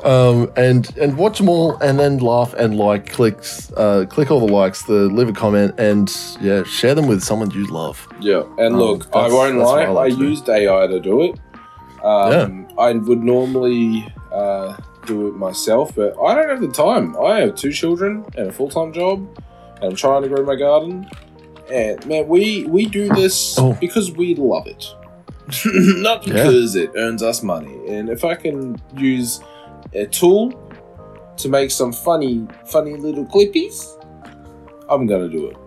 Speaker 1: Um, and and watch them all, and then laugh and like clicks, uh, click all the likes, the leave a comment, and yeah, share them with someone you love.
Speaker 2: Yeah. And
Speaker 1: Um,
Speaker 2: look, I
Speaker 1: that's-
Speaker 2: won't
Speaker 1: that's
Speaker 2: lie,
Speaker 1: what I
Speaker 2: I,
Speaker 1: like to do.
Speaker 2: used AI to do it. Um, I would normally uh, do it myself, but I don't have the time. I have two children and a full time job, and I'm trying to grow my garden. And man, we, we do this
Speaker 1: Oh.
Speaker 2: because we love it. Not
Speaker 1: Yeah.
Speaker 2: because it earns us money. And if I can use a tool to make some funny, funny little clippies, I'm gonna do it.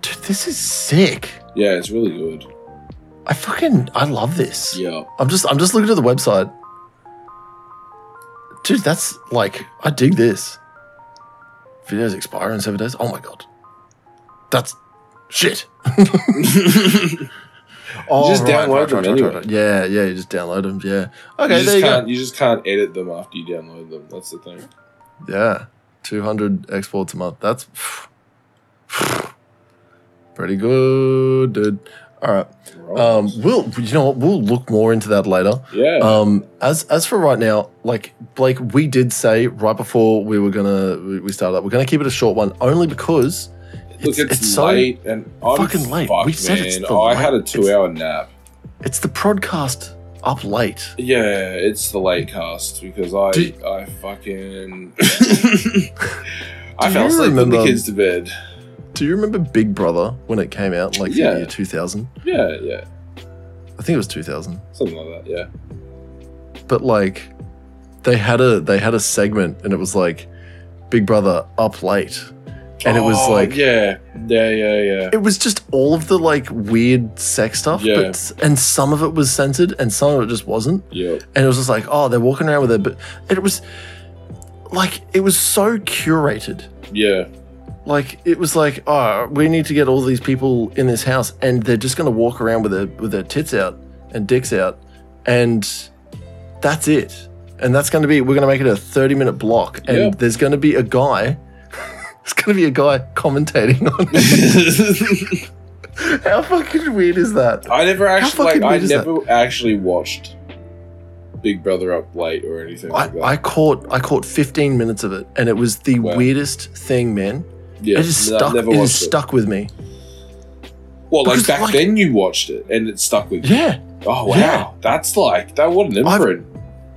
Speaker 1: Dude, this is sick.
Speaker 2: Yeah, it's really good.
Speaker 1: I fucking I love this.
Speaker 2: Yeah.
Speaker 1: I'm just I'm just looking at the website. Dude, that's like I dig this. Videos expire in seven days. Oh my god, that's shit. Oh,
Speaker 2: just download them anyway.
Speaker 1: Yeah, yeah, you just download them. Yeah. Okay, there
Speaker 2: you just
Speaker 1: you
Speaker 2: can't
Speaker 1: go.
Speaker 2: you just can't edit them after you download them. That's the thing.
Speaker 1: Yeah, 200 exports a month. That's pretty good, dude. All right.
Speaker 2: Right.
Speaker 1: Um, we'll you know what? We'll look more into that later.
Speaker 2: yeah.
Speaker 1: Um, as as for right now, like Blake, we did say right before we were gonna we we started up, we're gonna keep it a short one only because
Speaker 2: Look,
Speaker 1: it's,
Speaker 2: it's,
Speaker 1: it's, so
Speaker 2: late and I'm
Speaker 1: fucking late.
Speaker 2: fucked,
Speaker 1: We said
Speaker 2: man.
Speaker 1: it's the
Speaker 2: I
Speaker 1: late-
Speaker 2: had a two hour nap.
Speaker 1: it's the podcast up late.
Speaker 2: Yeah, it's the late cast because I
Speaker 1: Do you-
Speaker 2: I fucking
Speaker 1: Do
Speaker 2: I fell
Speaker 1: you
Speaker 2: asleep put the
Speaker 1: remember-
Speaker 2: kids to bed.
Speaker 1: Do you remember Big Brother when it came out, like
Speaker 2: Yeah.
Speaker 1: the year two thousand?
Speaker 2: Yeah, yeah.
Speaker 1: I think it was two thousand.
Speaker 2: Something like that, yeah.
Speaker 1: But like, they had a they had a segment, and it was like Big Brother up late, and it was
Speaker 2: Oh,
Speaker 1: like
Speaker 2: Yeah. Yeah, yeah, yeah.
Speaker 1: It was just all of the like weird sex stuff,
Speaker 2: Yeah.
Speaker 1: but and some of it was censored and some of it just wasn't.
Speaker 2: Yeah.
Speaker 1: And it was just like, oh, they're walking around with it, but it was like it was so curated.
Speaker 2: Yeah.
Speaker 1: Like it was like, oh, we need to get all these people in this house, and they're just gonna walk around with their with their tits out and dicks out, and that's it. And that's gonna be we're gonna make it a thirty minute block, and
Speaker 2: Yeah.
Speaker 1: there's gonna be a guy. there's gonna be a guy commentating on it. How fucking weird is that?
Speaker 2: I never actually
Speaker 1: fucking
Speaker 2: like I
Speaker 1: weird is that?
Speaker 2: never actually watched Big Brother up late or anything
Speaker 1: I,
Speaker 2: like that.
Speaker 1: I caught I caught 15 minutes of it, and it was the
Speaker 2: Wow.
Speaker 1: weirdest thing, man.
Speaker 2: yeah,
Speaker 1: it just
Speaker 2: no, I've
Speaker 1: stuck. It
Speaker 2: never
Speaker 1: just
Speaker 2: watched it.
Speaker 1: stuck with me.
Speaker 2: Well, like
Speaker 1: Because,
Speaker 2: back
Speaker 1: like-
Speaker 2: then you watched it and it stuck with you.
Speaker 1: Yeah,
Speaker 2: Oh wow,
Speaker 1: Yeah.
Speaker 2: that's like that. What an
Speaker 1: I've-
Speaker 2: imprint.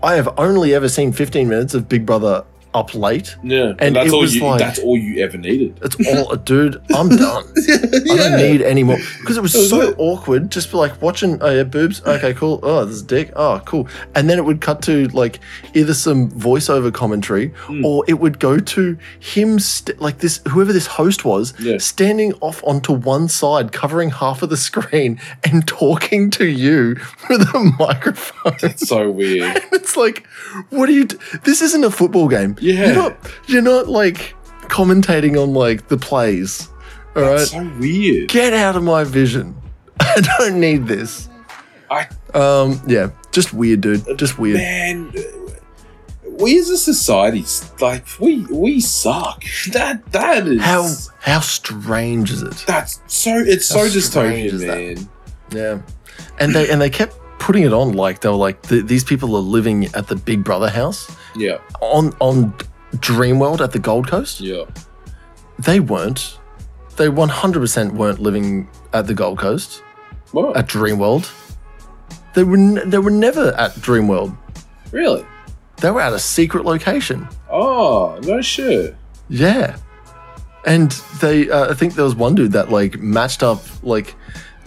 Speaker 1: I have only ever seen 15 minutes of Big Brother up late.
Speaker 2: Yeah, and,
Speaker 1: And
Speaker 2: that's
Speaker 1: it
Speaker 2: all
Speaker 1: was
Speaker 2: you.
Speaker 1: like-
Speaker 2: that's all you ever needed.
Speaker 1: It's all, dude. I'm done. I don't need any more because it was
Speaker 2: That was
Speaker 1: so
Speaker 2: it.
Speaker 1: awkward. Just like watching, oh yeah, boobs. Okay, cool. Oh, this is dick. Oh, cool. And then it would cut to like either some voiceover commentary,
Speaker 2: Mm.
Speaker 1: or it would go to him, st- like this whoever this host was,
Speaker 2: Yeah.
Speaker 1: standing off onto one side, covering half of the screen, and talking to you with a microphone.
Speaker 2: It's so weird.
Speaker 1: it's like, what are you? D- this isn't a football game.
Speaker 2: Yeah.
Speaker 1: You're not. You're not like commentating on like the plays. All right.
Speaker 2: It's so weird.
Speaker 1: Get out of my vision. I don't need this.
Speaker 2: I
Speaker 1: Um, yeah, just weird, dude. Just weird.
Speaker 2: man, we as a society, like we we suck. That that is
Speaker 1: How how strange is it?
Speaker 2: that's so it's so
Speaker 1: How strange
Speaker 2: dystopian,
Speaker 1: is that?
Speaker 2: man.
Speaker 1: Yeah, and they and they kept putting it on like they were like th- these people are living at the Big Brother house
Speaker 2: Yeah,
Speaker 1: on on Dreamworld at the Gold Coast.
Speaker 2: yeah,
Speaker 1: They weren't. They 100% weren't living at the Gold Coast
Speaker 2: what?
Speaker 1: at Dreamworld. They were n- they were never at Dreamworld.
Speaker 2: really?
Speaker 1: They were at a secret location.
Speaker 2: Oh no, shit.
Speaker 1: Yeah. And they, uh, I think there was one dude that like matched up like,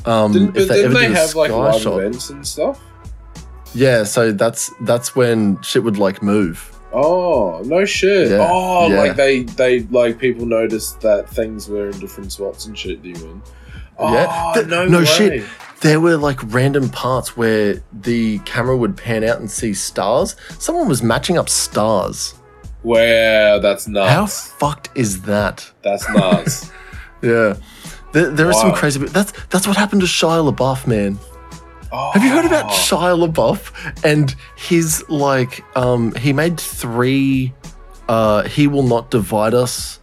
Speaker 1: um,
Speaker 2: Didn't, but
Speaker 1: if they
Speaker 2: didn't
Speaker 1: ever
Speaker 2: they
Speaker 1: did a
Speaker 2: have like
Speaker 1: sky
Speaker 2: live
Speaker 1: shot.
Speaker 2: events and stuff?
Speaker 1: Yeah, so that's that's when shit would like move.
Speaker 2: Oh no, shit.
Speaker 1: Yeah,
Speaker 2: Oh,
Speaker 1: yeah.
Speaker 2: like they they like people noticed that things were in different spots and shit. You win. Oh,
Speaker 1: Yeah. Th-
Speaker 2: no,
Speaker 1: no
Speaker 2: way.
Speaker 1: shit. There were like random parts where the camera would pan out and see stars. Someone was matching up stars.
Speaker 2: Wow, that's
Speaker 1: How
Speaker 2: nuts.
Speaker 1: fucked is that?
Speaker 2: That's nuts.
Speaker 1: Yeah, there, there are some
Speaker 2: Wow.
Speaker 1: crazy. That's that's what happened to Shia LaBeouf, man. Have you heard about
Speaker 2: Oh.
Speaker 1: Shia LaBeouf and his like? Um, he made three. Uh, he will not divide us.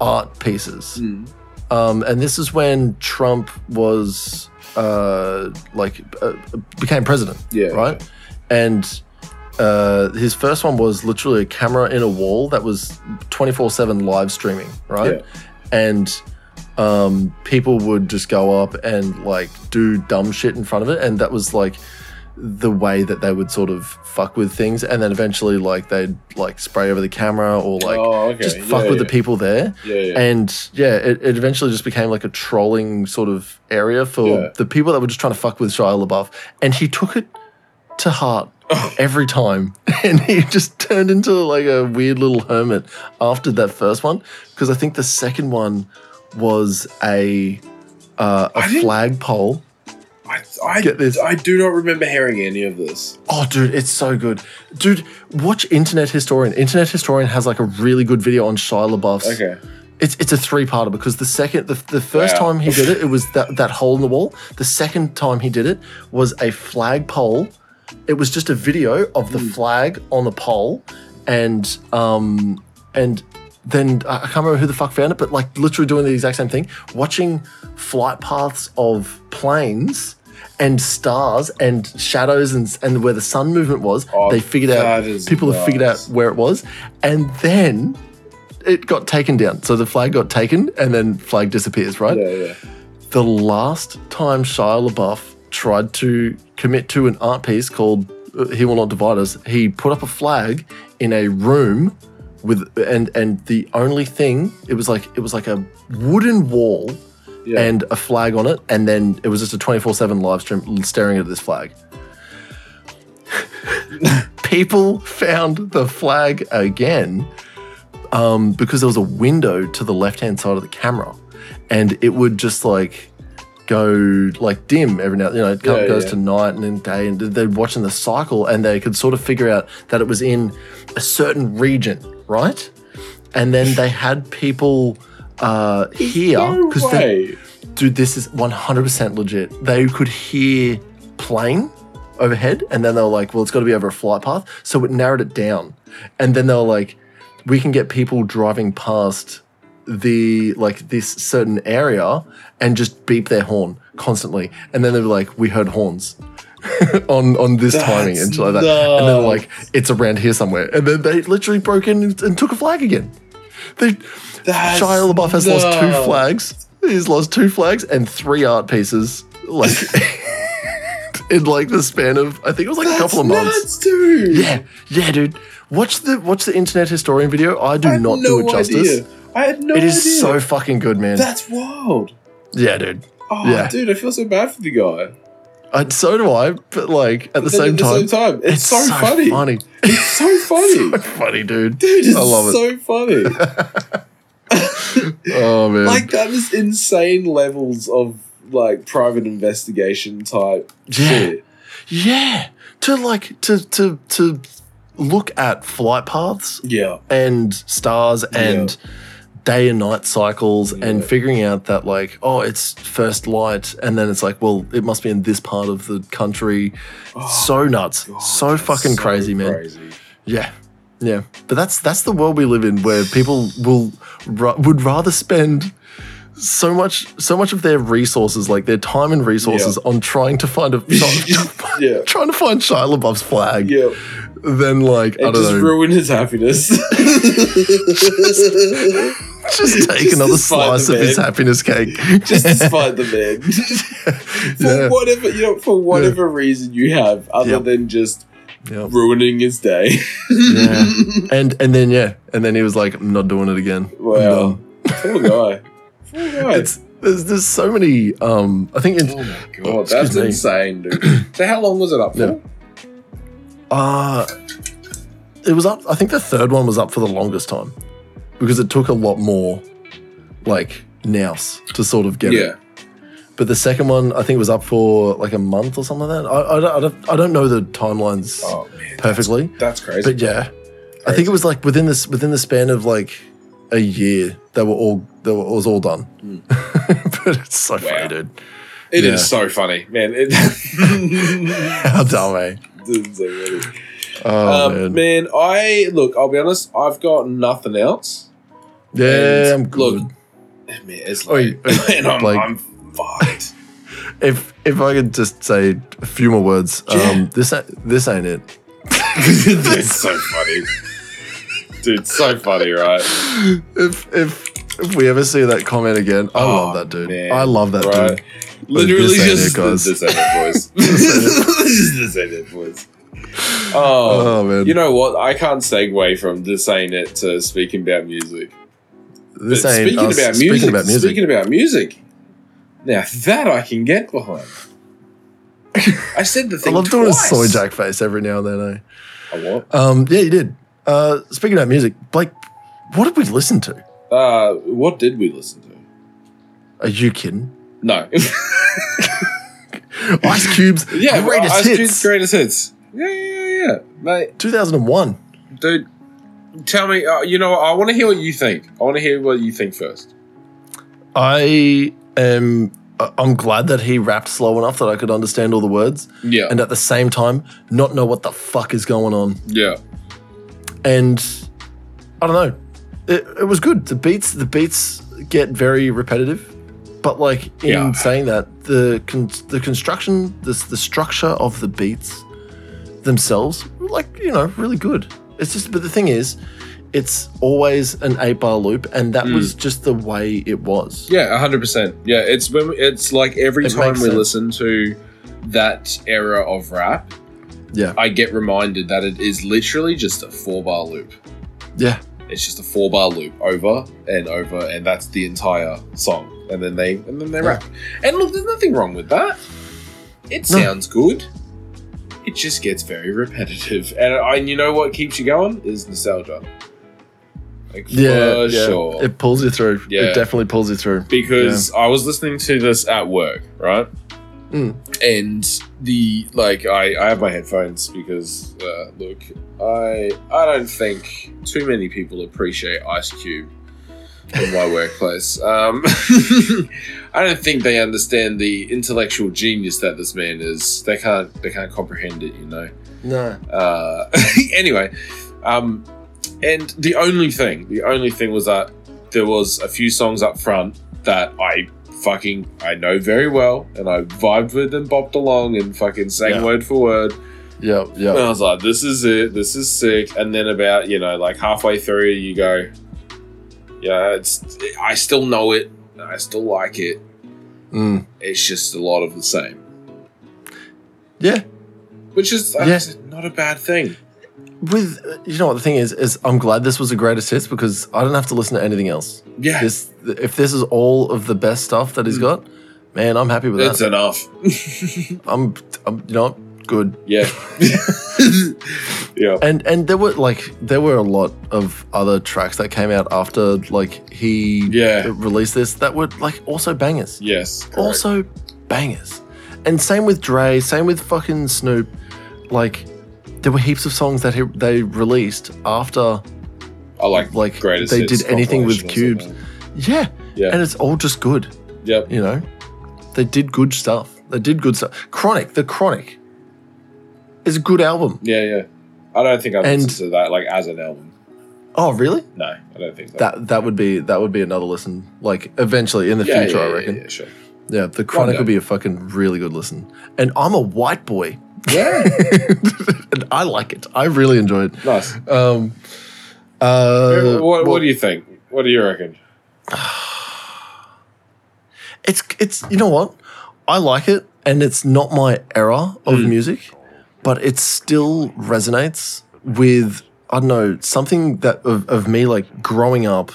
Speaker 1: Art pieces,
Speaker 2: Mm.
Speaker 1: um, and this is when Trump was uh, like uh, became president,
Speaker 2: Yeah.
Speaker 1: right? And uh, his first one was literally a camera in a wall that was twenty four seven live streaming, right? And um, people would just go up and like do dumb shit in front of it, and that was like the way that they would sort of fuck with things, and then eventually like they'd like spray over the camera or like
Speaker 2: oh, okay.
Speaker 1: just fuck
Speaker 2: yeah,
Speaker 1: with
Speaker 2: yeah.
Speaker 1: the people there.
Speaker 2: Yeah, yeah.
Speaker 1: And yeah, it, it eventually just became like a trolling sort of area for
Speaker 2: Yeah.
Speaker 1: the people that were just trying to fuck with Shia LaBeouf. And he took it to heart
Speaker 2: Oh.
Speaker 1: every time. And he just turned into like a weird little hermit after that first one. Because I think the second one was a, uh,
Speaker 2: I
Speaker 1: a
Speaker 2: didn't-
Speaker 1: flagpole.
Speaker 2: I, I,
Speaker 1: Get this.
Speaker 2: I do not remember hearing any of this.
Speaker 1: Oh, dude, it's so good. Dude, watch Internet Historian. Internet Historian has like a really good video on Shia LaBeouf's.
Speaker 2: Okay.
Speaker 1: It's it's a three parter because the second the, the first
Speaker 2: Wow.
Speaker 1: time he did it, it was that, that hole in the wall. The second time he did it was a flag pole. It was just a video of the flag on the pole, and um and then I I can't remember who the fuck found it, but like literally doing the exact same thing, watching flight paths of planes and stars and shadows and and where the sun movement was.
Speaker 2: Oh,
Speaker 1: they figured out
Speaker 2: that is
Speaker 1: people have figured out
Speaker 2: nuts.
Speaker 1: where it was, and then it got taken down. So the flag got taken and then flag disappears, right?
Speaker 2: Yeah, yeah.
Speaker 1: The last time Shia LaBeouf tried to commit to an art piece called uh, He Will Not Divide Us, he put up a flag in a room with and and the only thing it was like it was like a wooden wall
Speaker 2: Yeah.
Speaker 1: and a flag on it and then it was just a 24/7 live stream staring at this flag. People found the flag again um, because there was a window to the left hand side of the camera, and it would just like go like dim every now. You know, it go-
Speaker 2: Yeah,
Speaker 1: goes
Speaker 2: yeah.
Speaker 1: to night and then day, and they're watching the cycle, and they could sort of figure out that it was in a certain region, right? And then they had people uh, here
Speaker 2: no
Speaker 1: because they
Speaker 2: way.
Speaker 1: dude, this is 100% legit. They could hear plane overhead, and then they were like, well, it's got to be over a flight path. So it narrowed it down. And then they were like, we can get people driving past the like this certain area and just beep their horn constantly. And then they were like, we heard horns. on on this timing and
Speaker 2: That's
Speaker 1: shit like that, and then
Speaker 2: nuts.
Speaker 1: like it's around here somewhere, and then they literally broke in and, and took a flag again. They
Speaker 2: That's
Speaker 1: Shia LaBeouf has lost two
Speaker 2: nuts.
Speaker 1: flags. He's lost two flags and three art pieces. Like, in like the span of I think it was like a couple of months.
Speaker 2: Nuts, dude.
Speaker 1: Yeah, yeah, dude. Watch the watch the internet historian video. I do
Speaker 2: I had
Speaker 1: not
Speaker 2: no
Speaker 1: do it justice.
Speaker 2: Idea. I had no
Speaker 1: it is
Speaker 2: idea.
Speaker 1: so fucking good, man.
Speaker 2: That's wild.
Speaker 1: yeah, dude.
Speaker 2: Oh,
Speaker 1: Yeah.
Speaker 2: dude, I feel so bad for the guy.
Speaker 1: I, so do I, but like at the
Speaker 2: But
Speaker 1: same
Speaker 2: then at
Speaker 1: time,
Speaker 2: the same time, it's, so, funny.
Speaker 1: funny.
Speaker 2: It's so funny,
Speaker 1: So funny, dude.
Speaker 2: dude. It's
Speaker 1: I love it.
Speaker 2: so funny.
Speaker 1: Oh man.
Speaker 2: like that is insane levels of like private investigation type
Speaker 1: Yeah.
Speaker 2: shit.
Speaker 1: yeah. To like to to to look at flight paths
Speaker 2: Yeah,
Speaker 1: and stars and day and night cycles and
Speaker 2: Yeah.
Speaker 1: figuring out that like oh it's first light and then it's like well it must be in this part of the country
Speaker 2: Oh,
Speaker 1: so nuts
Speaker 2: God,
Speaker 1: so
Speaker 2: Oh, that's
Speaker 1: fucking
Speaker 2: so
Speaker 1: crazy man
Speaker 2: crazy.
Speaker 1: yeah yeah but that's that's the world we live in where people will ra- would rather spend so much so much of their resources like their time and resources on trying to find a
Speaker 2: Yeah.
Speaker 1: trying to find Shia LaBeouf's flag
Speaker 2: Yeah,
Speaker 1: than like I
Speaker 2: it
Speaker 1: don't
Speaker 2: just
Speaker 1: know
Speaker 2: ruined his happiness.
Speaker 1: just take
Speaker 2: Just
Speaker 1: another
Speaker 2: despite
Speaker 1: slice
Speaker 2: the
Speaker 1: of his
Speaker 2: man.
Speaker 1: happiness cake.
Speaker 2: just despite the man. For
Speaker 1: yeah.
Speaker 2: whatever you know, for whatever reason you have, other
Speaker 1: Yep.
Speaker 2: than just
Speaker 1: Yeah.
Speaker 2: ruining his day.
Speaker 1: yeah. And and then yeah, and then he was like, "I'm not doing it again." I'm
Speaker 2: Wow.
Speaker 1: done."
Speaker 2: Poor guy. Poor guy.
Speaker 1: It's there's there's so many. Um, I think it's
Speaker 2: oh my
Speaker 1: Oh,
Speaker 2: god, that's
Speaker 1: excuse me.
Speaker 2: insane, dude. So how long was it up for?
Speaker 1: Yeah.
Speaker 2: Oh.
Speaker 1: uh it was up. I think the third one was up for the longest time because it took a lot more, like nouse to sort of get it.
Speaker 2: yeah.
Speaker 1: But the second one, I think, was up for like a month or something like that. I I don't, I don't, I don't know the timelines
Speaker 2: Oh man,
Speaker 1: perfectly,
Speaker 2: that's crazy.
Speaker 1: but yeah, I think it was like within this within the span of like a year they were all they were, it was all done. but it's so funny,
Speaker 2: Hmm. Wow.
Speaker 1: dude.
Speaker 2: It is
Speaker 1: Yeah.
Speaker 2: so funny, man. It,
Speaker 1: How dumb, eh?
Speaker 2: It's so funny.
Speaker 1: Oh
Speaker 2: um,
Speaker 1: man.
Speaker 2: man, I look. I'll be honest. I've got nothing else.
Speaker 1: yeah,
Speaker 2: and
Speaker 1: I'm good.
Speaker 2: look, Man, it's
Speaker 1: Oi,
Speaker 2: like, man, I'm,
Speaker 1: like-
Speaker 2: I'm fucked.
Speaker 1: if if I could just say a few more words,
Speaker 2: Yeah.
Speaker 1: um, this a- this ain't it.
Speaker 2: It's so funny, dude. So funny, right?
Speaker 1: If if if we ever see that comment again, I
Speaker 2: Oh,
Speaker 1: love that dude.
Speaker 2: man.
Speaker 1: I love that
Speaker 2: Right.
Speaker 1: dude.
Speaker 2: Literally
Speaker 1: this ain't it,
Speaker 2: just
Speaker 1: guys.
Speaker 2: this ain't it, boys. This ain't it, boys. Oh,
Speaker 1: Oh, man,
Speaker 2: you know what? I can't segue from this ain't it to speaking about music.
Speaker 1: this
Speaker 2: But
Speaker 1: ain't
Speaker 2: speaking
Speaker 1: us
Speaker 2: about music.
Speaker 1: speaking about music.
Speaker 2: Speaking about music. Now that I can get behind. I said the
Speaker 1: I
Speaker 2: thing.
Speaker 1: love doing a
Speaker 2: twice.
Speaker 1: soy jack face every now and then. Eh?
Speaker 2: I what?
Speaker 1: Um, yeah, you did. Uh, speaking about music, Blake, what did we listen to?
Speaker 2: Uh, what did we listen to?
Speaker 1: Are you kidding?
Speaker 2: No.
Speaker 1: Ice Cube's
Speaker 2: yeah,
Speaker 1: greatest
Speaker 2: Ice
Speaker 1: hits,
Speaker 2: Cube's greatest hits. Yeah, yeah, yeah, yeah, mate,
Speaker 1: 2001.
Speaker 2: dude. Tell me, uh, you know, what? I want to hear what you think. I want to hear what you think first.
Speaker 1: I am. I- I'm glad that he rapped slow enough that I could understand all the words,
Speaker 2: Yeah,
Speaker 1: and uh, at the same time, not know what the fuck is going on.
Speaker 2: yeah,
Speaker 1: And I don't know. It, it was good. The beats, the beats get very repetitive, but like in
Speaker 2: Yeah.
Speaker 1: saying that, the con- the construction, the the structure of the beats themselves, were, like you know, really good. It's just, but the thing is, it's always an eight bar loop, and that
Speaker 2: Mm.
Speaker 1: was just the way it was.
Speaker 2: yeah, hundred percent. Yeah, it's when we, it's like every
Speaker 1: It
Speaker 2: time
Speaker 1: makes
Speaker 2: we
Speaker 1: sense.
Speaker 2: listen to that era of rap,
Speaker 1: Yeah.
Speaker 2: I get reminded that it is literally just a four bar loop.
Speaker 1: Yeah.
Speaker 2: It's just a four bar loop over and over, and that's the entire song. And then they and then they
Speaker 1: Yeah.
Speaker 2: rap. And look, there's nothing wrong with that. It
Speaker 1: No.
Speaker 2: sounds good. It just gets very repetitive, and, I- and you know what keeps you going is nostalgia. Like
Speaker 1: Yeah,
Speaker 2: for
Speaker 1: yeah.
Speaker 2: sure,
Speaker 1: It pulls you through.
Speaker 2: Yeah.
Speaker 1: It definitely pulls you through.
Speaker 2: because I was listening to this at work, right?
Speaker 1: Mm.
Speaker 2: And the like, I, I have my headphones because uh, look, I I don't think too many people appreciate Ice Cube in my workplace. Um, I don't think they understand the intellectual genius that this man is. They can't they can't comprehend it, you know
Speaker 1: No.
Speaker 2: uh, anyway, um, and the only thing, the only thing was that there was a few songs up front that I fucking I know very well, and I vibed with and bopped along and fucking sang
Speaker 1: Yeah.
Speaker 2: word for word.
Speaker 1: Yeah,
Speaker 2: And
Speaker 1: yeah.
Speaker 2: I was like, this is it, this is sick. And then about you know like halfway through, you go, yeah, it's I still know it, I still like it.
Speaker 1: Mm.
Speaker 2: It's just a lot of the same.
Speaker 1: Yeah.
Speaker 2: which is uh,
Speaker 1: Yeah.
Speaker 2: not a bad thing.
Speaker 1: With you know what the thing is is I'm glad this was a great assist because I don't have to listen to anything else.
Speaker 2: Yeah,
Speaker 1: This if this is all of the best stuff that he's
Speaker 2: Mm.
Speaker 1: got, man, I'm happy with
Speaker 2: that's
Speaker 1: that.
Speaker 2: enough.
Speaker 1: I'm, I'm you know what? good.
Speaker 2: yeah, yeah.
Speaker 1: And and there were like there were a lot of other tracks that came out after like he
Speaker 2: Yeah.
Speaker 1: released this that were like also bangers.
Speaker 2: Yes. correct.
Speaker 1: Also bangers. And same with Dre, same with fucking Snoop. Like there were heaps of songs that he, they released after
Speaker 2: I like
Speaker 1: like
Speaker 2: greatest.
Speaker 1: they
Speaker 2: hits
Speaker 1: did anything with
Speaker 2: compilation or
Speaker 1: cubes.
Speaker 2: something.
Speaker 1: Yeah.
Speaker 2: Yeah.
Speaker 1: And it's all just good,
Speaker 2: Yep.
Speaker 1: you know? They did good stuff. They did good stuff. Chronic, The Chronic is a good album.
Speaker 2: Yeah, yeah. I don't think I've
Speaker 1: And-
Speaker 2: listened to that like as an album.
Speaker 1: Oh, really?
Speaker 2: No, I don't think so.
Speaker 1: That that would be that would be another listen. Like eventually in the
Speaker 2: Yeah,
Speaker 1: future,
Speaker 2: yeah,
Speaker 1: I
Speaker 2: yeah,
Speaker 1: reckon.
Speaker 2: Yeah, sure.
Speaker 1: Yeah, the Chronic
Speaker 2: day.
Speaker 1: would be a fucking really good listen. And I'm a white boy.
Speaker 2: Yeah,
Speaker 1: and I like it. I really enjoy it.
Speaker 2: nice.
Speaker 1: Um, uh,
Speaker 2: what, what, do you think? What do you reckon?
Speaker 1: it's it's you know what? I like it, and it's not my era of
Speaker 2: Mm.
Speaker 1: music, but it still resonates with I don't know something that of, of me like growing up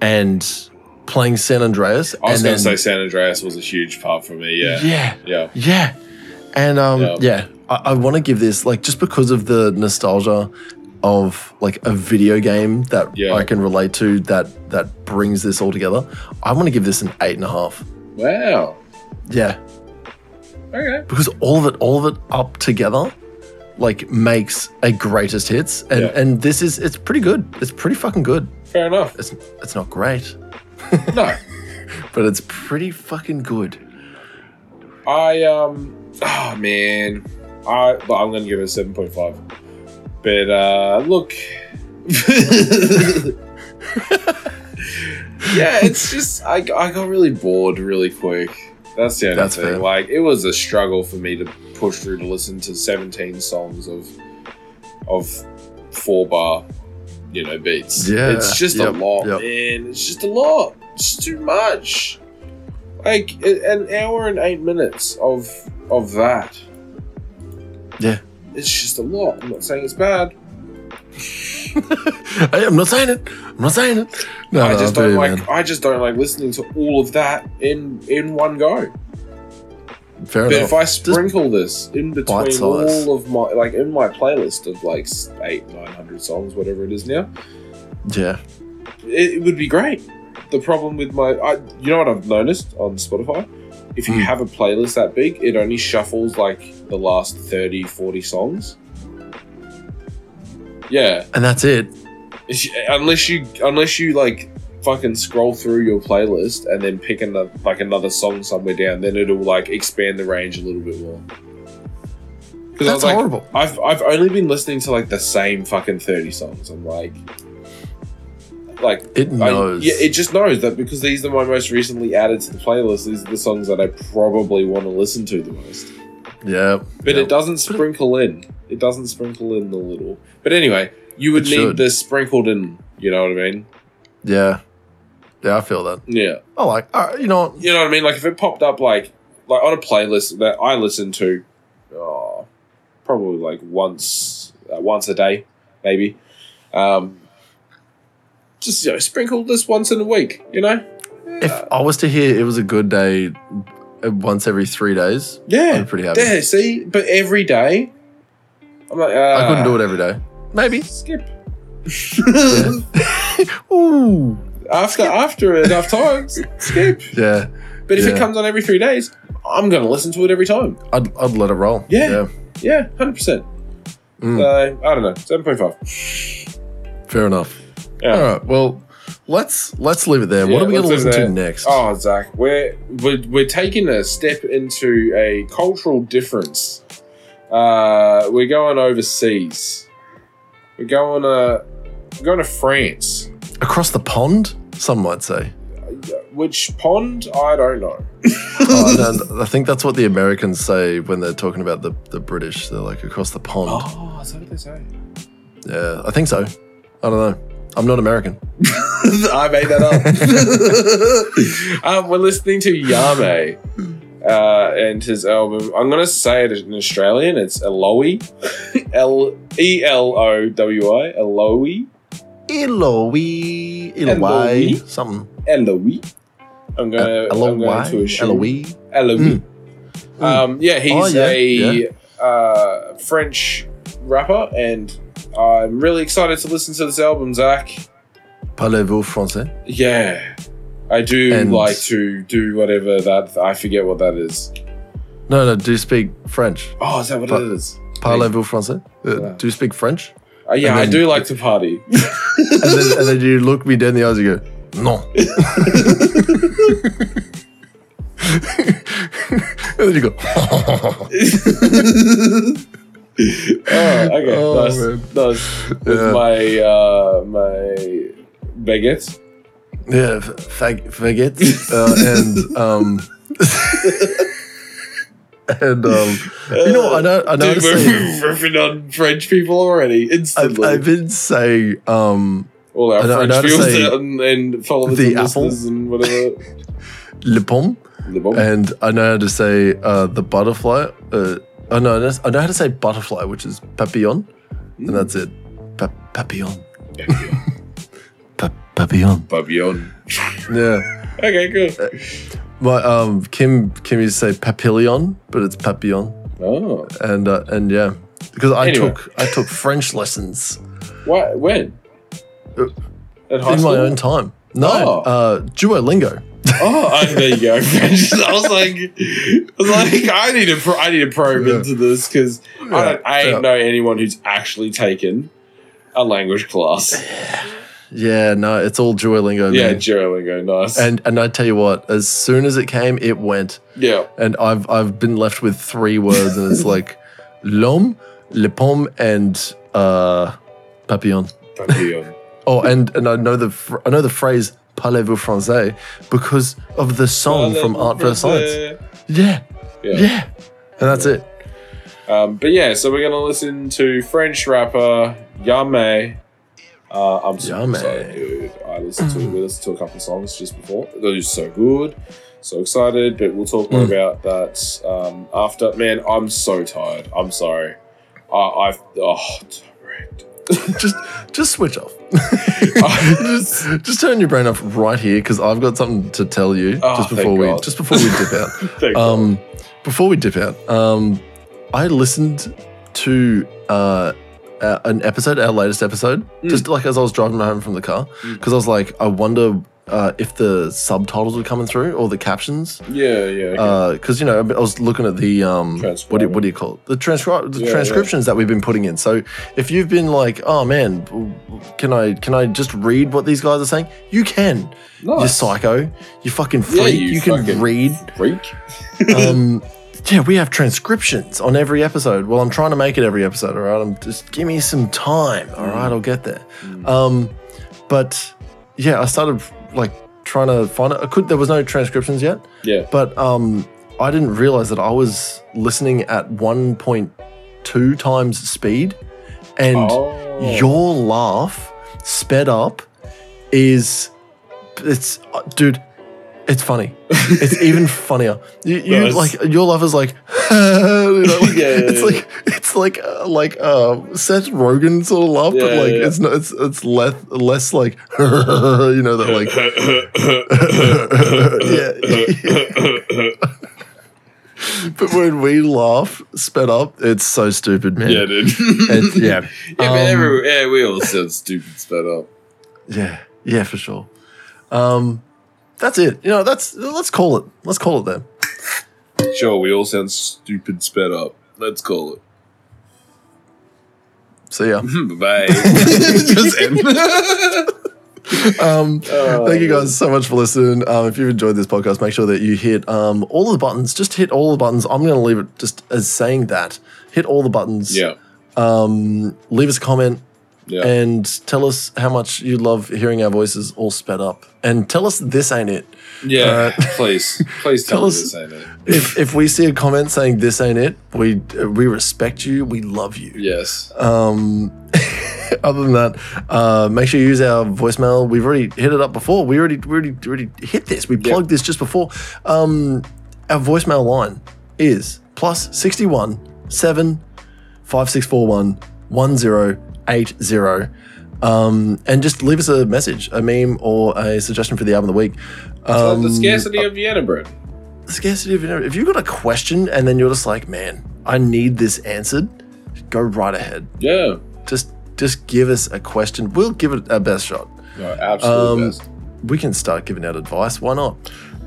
Speaker 1: and playing San Andreas.
Speaker 2: I was
Speaker 1: and
Speaker 2: going to
Speaker 1: then-
Speaker 2: say San Andreas was a huge part for me. Yeah, yeah,
Speaker 1: yeah,
Speaker 2: yeah.
Speaker 1: Yeah. And um,
Speaker 2: Yeah.
Speaker 1: yeah, I, I want to give this, like, just because of the nostalgia of like a video game that
Speaker 2: Yeah.
Speaker 1: I can relate to that that brings this all together, I want to give this an eight and a half.
Speaker 2: Wow.
Speaker 1: Yeah.
Speaker 2: Okay.
Speaker 1: Because all of it, all of it up together, like makes a greatest hits. And
Speaker 2: Yeah.
Speaker 1: and this is it's pretty good. It's pretty fucking good.
Speaker 2: Fair enough.
Speaker 1: It's it's not great,
Speaker 2: No,
Speaker 1: but it's pretty fucking good.
Speaker 2: I um. Oh man, I but I'm going to give it a seven point five. But uh look, yeah, it's just I, I got really bored really quick. That's the only
Speaker 1: That's
Speaker 2: thing.
Speaker 1: fair.
Speaker 2: Like it was a struggle for me to push through to listen to 17 songs of of four bar, you know, beats.
Speaker 1: Yeah.
Speaker 2: it's just
Speaker 1: Yep,
Speaker 2: a lot,
Speaker 1: yep.
Speaker 2: man. It's just a lot. It's too much. Like a- an hour and eight minutes of of that.
Speaker 1: Yeah.
Speaker 2: it's just a lot. I'm not saying it's bad.
Speaker 1: I, am not saying it. I'm not saying it. No,
Speaker 2: I
Speaker 1: no,
Speaker 2: just
Speaker 1: I feel
Speaker 2: don't
Speaker 1: you,
Speaker 2: like.
Speaker 1: man.
Speaker 2: I just don't like listening to all of that in in one go.
Speaker 1: Fair
Speaker 2: But
Speaker 1: enough.
Speaker 2: if I sprinkle this in between
Speaker 1: bite-size.
Speaker 2: all of my like in my playlist of like s- eight nine hundred songs, whatever it is now,
Speaker 1: yeah.
Speaker 2: it, it would be great. The problem with my, I, you know what I've noticed on Spotify, if you
Speaker 1: Mm.
Speaker 2: have a playlist that big, it only shuffles like the last 30, 40 songs. Yeah,
Speaker 1: And that's it.
Speaker 2: If you- unless you unless you like fucking scroll through your playlist and then pick another like another song somewhere down then it'll like expand the range a little bit more because i
Speaker 1: That's
Speaker 2: was like
Speaker 1: horrible.
Speaker 2: I've, I've only been listening to like the same fucking 30 songs i'm like like
Speaker 1: It
Speaker 2: I-
Speaker 1: knows.
Speaker 2: yeah it just knows that because these are my most recently added to the playlist these are the songs that i probably want to listen to the most
Speaker 1: yeah.
Speaker 2: but
Speaker 1: Yeah.
Speaker 2: it doesn't sprinkle in. It doesn't sprinkle in the little. But anyway, you would
Speaker 1: It
Speaker 2: need
Speaker 1: should.
Speaker 2: this sprinkled in. You know what I mean?
Speaker 1: Yeah. Yeah, I feel that.
Speaker 2: Yeah.
Speaker 1: I like, all right, you know, what?
Speaker 2: You know what I mean? Like if it popped up like like on a playlist that I listen to, oh, probably like once uh, once a day, maybe. Um, just you know, sprinkle this once in a week. You know?
Speaker 1: if I was to hear it was a good day uh, once every three days, I'd
Speaker 2: Yeah.
Speaker 1: be pretty happy.
Speaker 2: Yeah. See, but every day, I'm like, uh,
Speaker 1: I couldn't do it every day. Maybe.
Speaker 2: Skip.
Speaker 1: Ooh.
Speaker 2: after after enough times, skip.
Speaker 1: Yeah.
Speaker 2: But if it
Speaker 1: Yeah.
Speaker 2: comes on every three days, I'm going to listen to it every time.
Speaker 1: I'd, I'd let it roll.
Speaker 2: Yeah. Yeah, 100%.
Speaker 1: Mm.
Speaker 2: So, I don't know, 7.5.
Speaker 1: Fair enough.
Speaker 2: Yeah.
Speaker 1: All right. Well, let's let's leave it there. what
Speaker 2: Yeah,
Speaker 1: are we going to
Speaker 2: let's leave
Speaker 1: listen
Speaker 2: it
Speaker 1: to
Speaker 2: there.
Speaker 1: next?
Speaker 2: Oh, Zach, we're, we're, we're taking a step into a cultural difference. Uh, we're going overseas. We're going, uh, we're going to France.
Speaker 1: Across the pond, some might say.
Speaker 2: Which pond? I don't know.
Speaker 1: oh, and I think that's what the Americans say when they're talking about the, the British. They're like, across the pond.
Speaker 2: Oh, is that what they say?
Speaker 1: Yeah, I think so. I don't know. I'm not American.
Speaker 2: I made that up. um, we're listening to Yame. uh, and his album. I'm going to say it in Australian. It's Eloi, L E L O W I, Eloi,
Speaker 1: Eloy, Eloy,
Speaker 2: Eloy.
Speaker 1: something.
Speaker 2: Eloi. I'm going to I'm going to
Speaker 1: Eloy,
Speaker 2: assume
Speaker 1: Eloy.
Speaker 2: Eloy.
Speaker 1: Mm.
Speaker 2: Um, yeah, he's
Speaker 1: Oh, yeah,
Speaker 2: a
Speaker 1: yeah.
Speaker 2: Uh, French rapper, and I'm really excited to listen to this album, Zach.
Speaker 1: Parlez-vous français?
Speaker 2: Yeah, I do
Speaker 1: And-
Speaker 2: like to do whatever that I forget what that is.
Speaker 1: No, no. Do you speak French?
Speaker 2: Oh, is that what
Speaker 1: But-
Speaker 2: it is?
Speaker 1: Parlez-vous français? Uh,
Speaker 2: Yeah.
Speaker 1: Do you speak French?
Speaker 2: Uh, yeah,
Speaker 1: and
Speaker 2: I
Speaker 1: then-
Speaker 2: do like to party.
Speaker 1: And then, and then you look me dead in the eyes and go, no. and then you go,
Speaker 2: oh, okay,
Speaker 1: Oh,
Speaker 2: nice,
Speaker 1: man.
Speaker 2: nice. With
Speaker 1: Yeah.
Speaker 2: my uh, my baguette.
Speaker 1: yeah, f- fag- faggot. Uh, and, um, and, um, you know, I know, I know.
Speaker 2: Dude, we're ripping on French people already
Speaker 1: I've,
Speaker 2: instantly.
Speaker 1: I've been saying, um,
Speaker 2: All
Speaker 1: I
Speaker 2: our
Speaker 1: know- I know
Speaker 2: French
Speaker 1: to
Speaker 2: viewers
Speaker 1: say
Speaker 2: and, and followers
Speaker 1: the
Speaker 2: and
Speaker 1: apple.
Speaker 2: listeners and whatever.
Speaker 1: le pomme,
Speaker 2: The bomb.
Speaker 1: and I know how to say, uh, the butterfly. Uh, oh, no, I know- I know how to say butterfly, which is papillon.
Speaker 2: Mm.
Speaker 1: and that's it. Pa- papillon. pa- papillon.
Speaker 2: Babillon.
Speaker 1: Yeah.
Speaker 2: Okay, good.
Speaker 1: My um Kim Kim used to say papillon, but it's papillon.
Speaker 2: Oh,
Speaker 1: And uh, and yeah, because I
Speaker 2: Anyway.
Speaker 1: took I took French lessons
Speaker 2: what? When?
Speaker 1: Uh,
Speaker 2: At
Speaker 1: in my own time. No,
Speaker 2: Oh.
Speaker 1: uh, Duolingo.
Speaker 2: Oh, I- there you go. I was like, I was like, I need to, pro- I need to probe
Speaker 1: Yeah.
Speaker 2: into this because I don't, I
Speaker 1: Yeah.
Speaker 2: ain't know anyone who's actually taken a language class.
Speaker 1: Yeah, no, it's all Duolingo.
Speaker 2: yeah,
Speaker 1: Yeah.
Speaker 2: Duolingo, nice.
Speaker 1: And and I tell you what, as soon as it came, it went,
Speaker 2: yeah,
Speaker 1: and I've I've been left with three words, and it's like, l'homme, le pomme, and uh, papillon.
Speaker 2: Papillon.
Speaker 1: Oh, and and I know the fr- I know the phrase "parlez-vous français" because of the song from Art vs Science. Yeah,
Speaker 2: Yeah.
Speaker 1: yeah, and that's it.
Speaker 2: Um, but yeah, so we're gonna listen to French rapper Yame. Uh, I'm so
Speaker 1: Yame.
Speaker 2: excited, dude. I listened to we listened to a couple songs just before. Those so good, so excited. But we'll talk
Speaker 1: Hmm.
Speaker 2: more about that um, after. Man, I'm so tired. I'm sorry. I, I've oh, dude.
Speaker 1: just just switch off.
Speaker 2: I-
Speaker 1: just, just turn your brain off right here because I've got something to tell you
Speaker 2: Oh,
Speaker 1: just
Speaker 2: thank
Speaker 1: before we
Speaker 2: God.
Speaker 1: just before we dip out.
Speaker 2: thank God.
Speaker 1: Um, before we dip out, um, I listened to uh, a- an episode, our latest episode,
Speaker 2: Mm.
Speaker 1: just like as I was driving home from the car,
Speaker 2: Mm.
Speaker 1: because I was like, I wonder uh, if the subtitles were coming through or the captions.
Speaker 2: yeah, yeah.
Speaker 1: uh,
Speaker 2: okay.
Speaker 1: because you know I was looking at the um, what do you, what do you call it? the transcri- the
Speaker 2: Yeah,
Speaker 1: transcriptions that we've been putting in. So if you've been like, oh man, w- w- can I can I just read what these guys are saying? You can. You
Speaker 2: Nice.
Speaker 1: psycho. You fucking freak.
Speaker 2: Yeah,
Speaker 1: you,
Speaker 2: you
Speaker 1: can
Speaker 2: fucking-
Speaker 1: read.
Speaker 2: freak.
Speaker 1: Um, yeah, we have transcriptions on every episode. Well, I'm trying to make it every episode. All right, I'm just give me some time. All right, I'll get there.
Speaker 2: Mm.
Speaker 1: Um, but yeah, I started like trying to find it. I could. There was no transcriptions yet
Speaker 2: Yeah.
Speaker 1: but um, I didn't realize that I was listening at 1.2 times speed, and
Speaker 2: oh.
Speaker 1: your laugh sped up is it's uh, dude, it's funny. It's even funnier. You, you
Speaker 2: Nice.
Speaker 1: like your laugh is like, you know, like,
Speaker 2: Yeah, yeah,
Speaker 1: it's
Speaker 2: yeah.
Speaker 1: like it's like uh, like uh, Seth Rogen sort of laugh, but
Speaker 2: Yeah,
Speaker 1: like
Speaker 2: yeah.
Speaker 1: it's not it's it's less less like you know that like Yeah. But when we laugh, sped up, it's so stupid, man.
Speaker 2: yeah, dude.
Speaker 1: It's- yeah.
Speaker 2: Yeah,
Speaker 1: Um,
Speaker 2: but every, yeah, we all sound stupid sped up.
Speaker 1: Yeah. Yeah, for sure. Um, that's it. You know, that's let's call it. Let's call it then.
Speaker 2: Sure, we all sound stupid sped up. Let's call it.
Speaker 1: See ya.
Speaker 2: Bye. Just end.
Speaker 1: Um,
Speaker 2: Oh.
Speaker 1: thank you guys so much for listening. Um, if you've enjoyed this podcast, make sure that you hit um, all of the buttons. Just hit all the buttons. I'm going to leave it just as saying that. Hit all the buttons.
Speaker 2: Yeah.
Speaker 1: Um, leave us a comment
Speaker 2: Yeah.
Speaker 1: Uh, and tell us how much you love hearing our voices all sped up. And tell us this ain't it.
Speaker 2: yeah. please. Please tell,
Speaker 1: uh, tell
Speaker 2: us
Speaker 1: us-
Speaker 2: this ain't it.
Speaker 1: if if we see a comment saying this ain't it, we we respect you, we love you.
Speaker 2: Yes.
Speaker 1: Um, other than that, uh, make sure you use our voicemail. We've already hit it up before. We already we already, already hit this. We plugged this just before. Um, Our voicemail line is plus 61 7 5641 1080. Um, and just leave us a message, a meme, or a suggestion for the album of the week.
Speaker 2: So
Speaker 1: Um,
Speaker 2: the scarcity of Vienna bread.
Speaker 1: the scarcity of If you've got a question and then you're just like, man, I need this answered, go right ahead.
Speaker 2: Yeah.
Speaker 1: Just just give us a question. We'll give it our best shot.
Speaker 2: No, absolute
Speaker 1: Um,
Speaker 2: best.
Speaker 1: We can start giving out advice. Why not?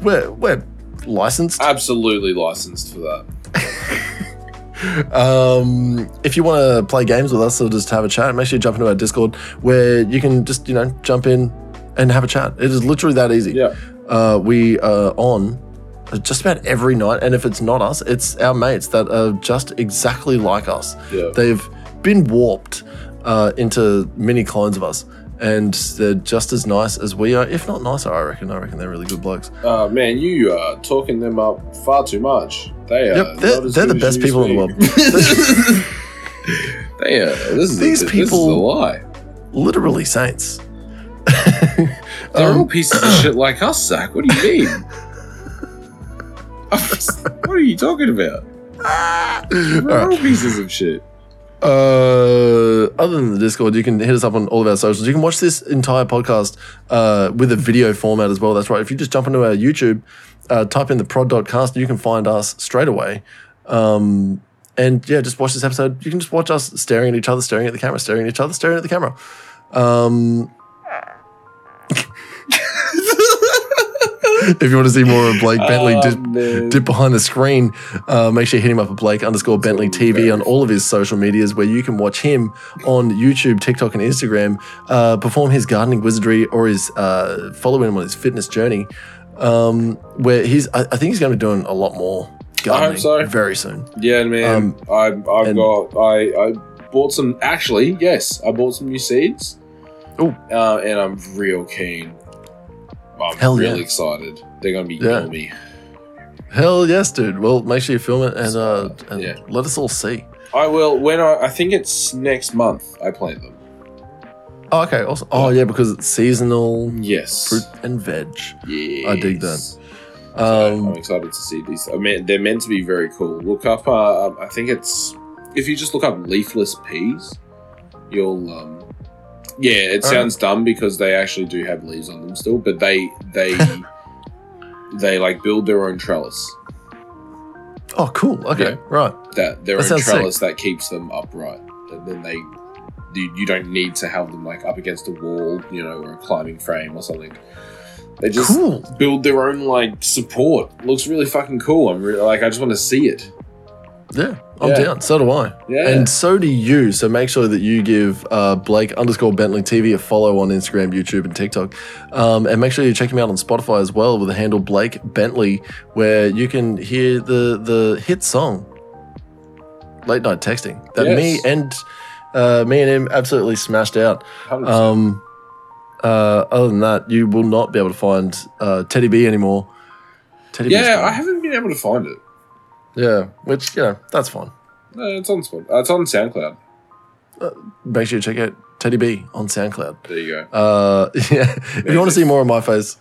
Speaker 1: We're we're
Speaker 2: Uh,
Speaker 1: licensed.
Speaker 2: Absolutely licensed for that.
Speaker 1: Um, if you want to play games with us or just have a chat, make sure you jump into our Discord where you can just you know jump in and have a chat. It is literally that easy.
Speaker 2: Yeah.
Speaker 1: Uh, we are on just about every night, and if it's not us, it's our mates that are just exactly like us.
Speaker 2: Yeah.
Speaker 1: They've been warped uh, into mini clones of us, and they're just as nice as we are, if not nicer. I reckon. I reckon they're really good blokes.
Speaker 2: Uh, man, you are talking them up far too much. They are.
Speaker 1: yep, they're,
Speaker 2: not as
Speaker 1: they're the
Speaker 2: good
Speaker 1: best
Speaker 2: as you
Speaker 1: people in the
Speaker 2: speak.
Speaker 1: world.
Speaker 2: They are. This is
Speaker 1: These
Speaker 2: These people. This is a
Speaker 1: people-
Speaker 2: lie.
Speaker 1: Literally saints.
Speaker 2: They're
Speaker 1: Um,
Speaker 2: all pieces of shit like us, Zach. What do you mean? what are you talking about?
Speaker 1: All
Speaker 2: We're
Speaker 1: right.
Speaker 2: all pieces of shit.
Speaker 1: Uh, other than the Discord, you can hit us up on all of our socials. You can watch this entire podcast uh, with a video format as well. That's right. If you just jump into our YouTube, uh, type in the prod.cast, you can find us straight away. Um, and yeah, just watch this episode. You can just watch us staring at each other, staring at the camera, staring at each other, staring at the camera. Um, if you want to see more of Blake Bentley
Speaker 2: Oh,
Speaker 1: dip,
Speaker 2: man.
Speaker 1: dip behind the screen, uh, make sure you hit him up at Blake underscore Bentley TV on all of his social medias, where you can watch him on YouTube, TikTok, and Instagram uh, perform his gardening wizardry or his uh, follow him on his fitness journey. Um, where he's, I, I think he's going to be doing a lot more gardening
Speaker 2: so.
Speaker 1: very soon.
Speaker 2: Yeah, man.
Speaker 1: Um,
Speaker 2: I, I've
Speaker 1: and-
Speaker 2: got. I, I bought some. Actually, yes, I bought some new seeds.
Speaker 1: Ooh.
Speaker 2: Uh, and I'm real keen. I'm
Speaker 1: Hell
Speaker 2: really
Speaker 1: yeah.
Speaker 2: excited. They're gonna be
Speaker 1: Yeah.
Speaker 2: yummy.
Speaker 1: Hell yes, dude. Well, make sure you film it and uh, and
Speaker 2: Yeah.
Speaker 1: let us all see.
Speaker 2: I will when I. I think it's next month. I plant them.
Speaker 1: Oh, okay. Also, oh yeah, because it's seasonal
Speaker 2: Yes.
Speaker 1: fruit and veg.
Speaker 2: Yeah.
Speaker 1: I dig that.
Speaker 2: I'm
Speaker 1: Um,
Speaker 2: excited to see these. I mean, they're meant to be very cool. Look up. Uh, um, I think it's if you just look up leafless peas, you'll. Um, yeah, it
Speaker 1: All
Speaker 2: sounds dumb because they actually do have leaves on them still, but they they they like build their own trellis.
Speaker 1: oh, cool. Okay,
Speaker 2: Yeah.
Speaker 1: right.
Speaker 2: That their
Speaker 1: That
Speaker 2: own
Speaker 1: sounds sick.
Speaker 2: trellis that keeps them upright, and then they. You, you don't need to have them like up against a wall, you know, or a climbing frame or something. They just
Speaker 1: cool.
Speaker 2: build their own like support. Looks really fucking cool. I'm really, like I just want to see it.
Speaker 1: Yeah, I'm
Speaker 2: Yeah.
Speaker 1: down. So do I.
Speaker 2: Yeah.
Speaker 1: And so do you. So make sure that you give uh, Blake underscore Bentley TV a follow on Instagram, YouTube, and TikTok. Um, and make sure you check him out on Spotify as well with the handle Blake Bentley, where you can hear the the hit song "Late Night Texting" that
Speaker 2: Yes.
Speaker 1: me and uh, me and him absolutely smashed out.
Speaker 2: 100%.
Speaker 1: Um, uh, other than that, you will not be able to find uh, Teddy B anymore. Teddy B's
Speaker 2: yeah,
Speaker 1: gone.
Speaker 2: I haven't been able to find it.
Speaker 1: yeah, which you know that's fine.
Speaker 2: No, it's on Spot. Uh, it's on SoundCloud.
Speaker 1: make sure you check out Teddy B on SoundCloud.
Speaker 2: There you go.
Speaker 1: Uh, yeah. If you want to see more of my face,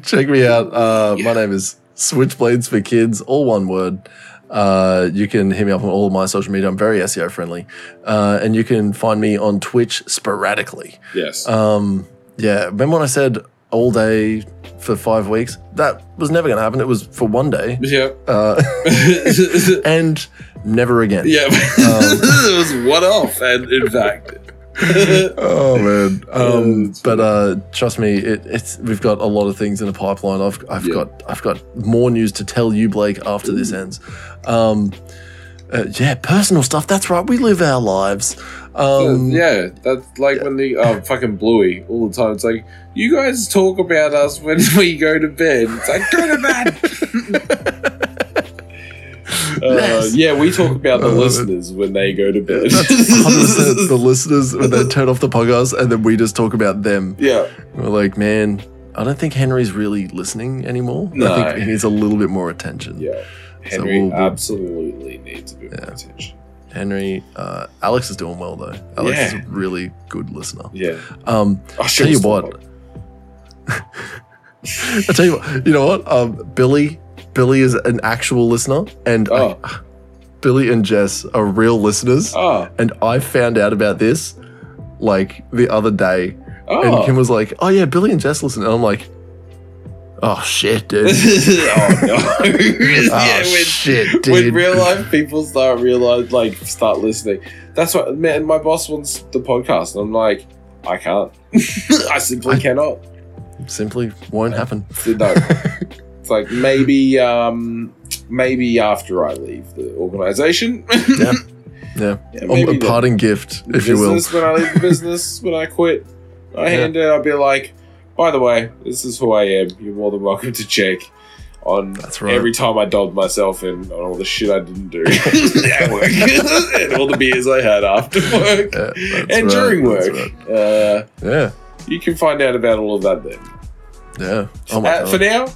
Speaker 1: check me out. Uh, My name is Switchblades for Kids, all one word. Uh, you can hit me up on all of my social media. I'm very SEO friendly. Uh, and you can find me on Twitch sporadically.
Speaker 2: Yes.
Speaker 1: Um, yeah. Remember when I said all day for five weeks? That was never going to happen. It was for one day
Speaker 2: yeah.
Speaker 1: uh,
Speaker 2: yeah.
Speaker 1: and never again.
Speaker 2: it was one off, and in fact,
Speaker 1: oh man
Speaker 2: Yeah,
Speaker 1: um
Speaker 2: that's
Speaker 1: but uh trust me it, it's we've got a lot of things in the pipeline i've i've
Speaker 2: Yeah.
Speaker 1: got i've got more news to tell you blake after this ends um uh, yeah personal stuff that's right we live our lives um
Speaker 2: Uh, yeah, that's like when the uh, fucking Bluey all the time. It's like you guys talk about us when we go to bed. It's like go to bed. Uh,
Speaker 1: Yes.
Speaker 2: Yeah, we talk about the
Speaker 1: Uh,
Speaker 2: listeners when they go to bed.
Speaker 1: that's 100% the listeners when they turn off the podcast and then we just talk about them
Speaker 2: yeah,
Speaker 1: we're like man i don't think henry's really listening anymore
Speaker 2: No.
Speaker 1: i think he needs a little bit more attention
Speaker 2: yeah.
Speaker 1: So
Speaker 2: Henry
Speaker 1: we'll- we'll-
Speaker 2: absolutely needs a bit more attention.
Speaker 1: henry uh alex is doing well though alex is
Speaker 2: Yeah.
Speaker 1: a really good listener
Speaker 2: Yeah.
Speaker 1: um
Speaker 2: I
Speaker 1: Tell you what. I tell you what, you know what? Um, Billy Billy is an actual listener, and I-
Speaker 2: Oh.
Speaker 1: Billy and Jess are real listeners.
Speaker 2: Oh,
Speaker 1: And I found out about this like the other day, and
Speaker 2: oh.
Speaker 1: Kim was like, "Oh yeah, Billy and Jess listen." And I'm like, "Oh shit, dude."
Speaker 2: oh no! yeah,
Speaker 1: oh
Speaker 2: when,
Speaker 1: shit, dude.
Speaker 2: when real life people start realize, like, start listening. That's what man. My boss wants the podcast, and I'm like, I can't. I simply
Speaker 1: I-
Speaker 2: cannot.
Speaker 1: Simply won't happen.
Speaker 2: No. it's like maybe, um, maybe after I leave the organization.
Speaker 1: Yeah. Yeah.
Speaker 2: maybe
Speaker 1: Um, a
Speaker 2: the-
Speaker 1: parting gift,
Speaker 2: the
Speaker 1: if you will.
Speaker 2: business, When I leave the business, when I quit, I
Speaker 1: Yeah.
Speaker 2: hand it. I'll be like, by the way, this is who I am. You're more than welcome to check on
Speaker 1: That's right.
Speaker 2: every time I dobbed myself in on all the shit I didn't do at work and all the beers I had after work
Speaker 1: Yeah,
Speaker 2: and
Speaker 1: that's right,
Speaker 2: during
Speaker 1: that's
Speaker 2: work. Uh,
Speaker 1: Yeah.
Speaker 2: you can find out about all of that then.
Speaker 1: Yeah. Oh my
Speaker 2: Uh,
Speaker 1: god.
Speaker 2: for now,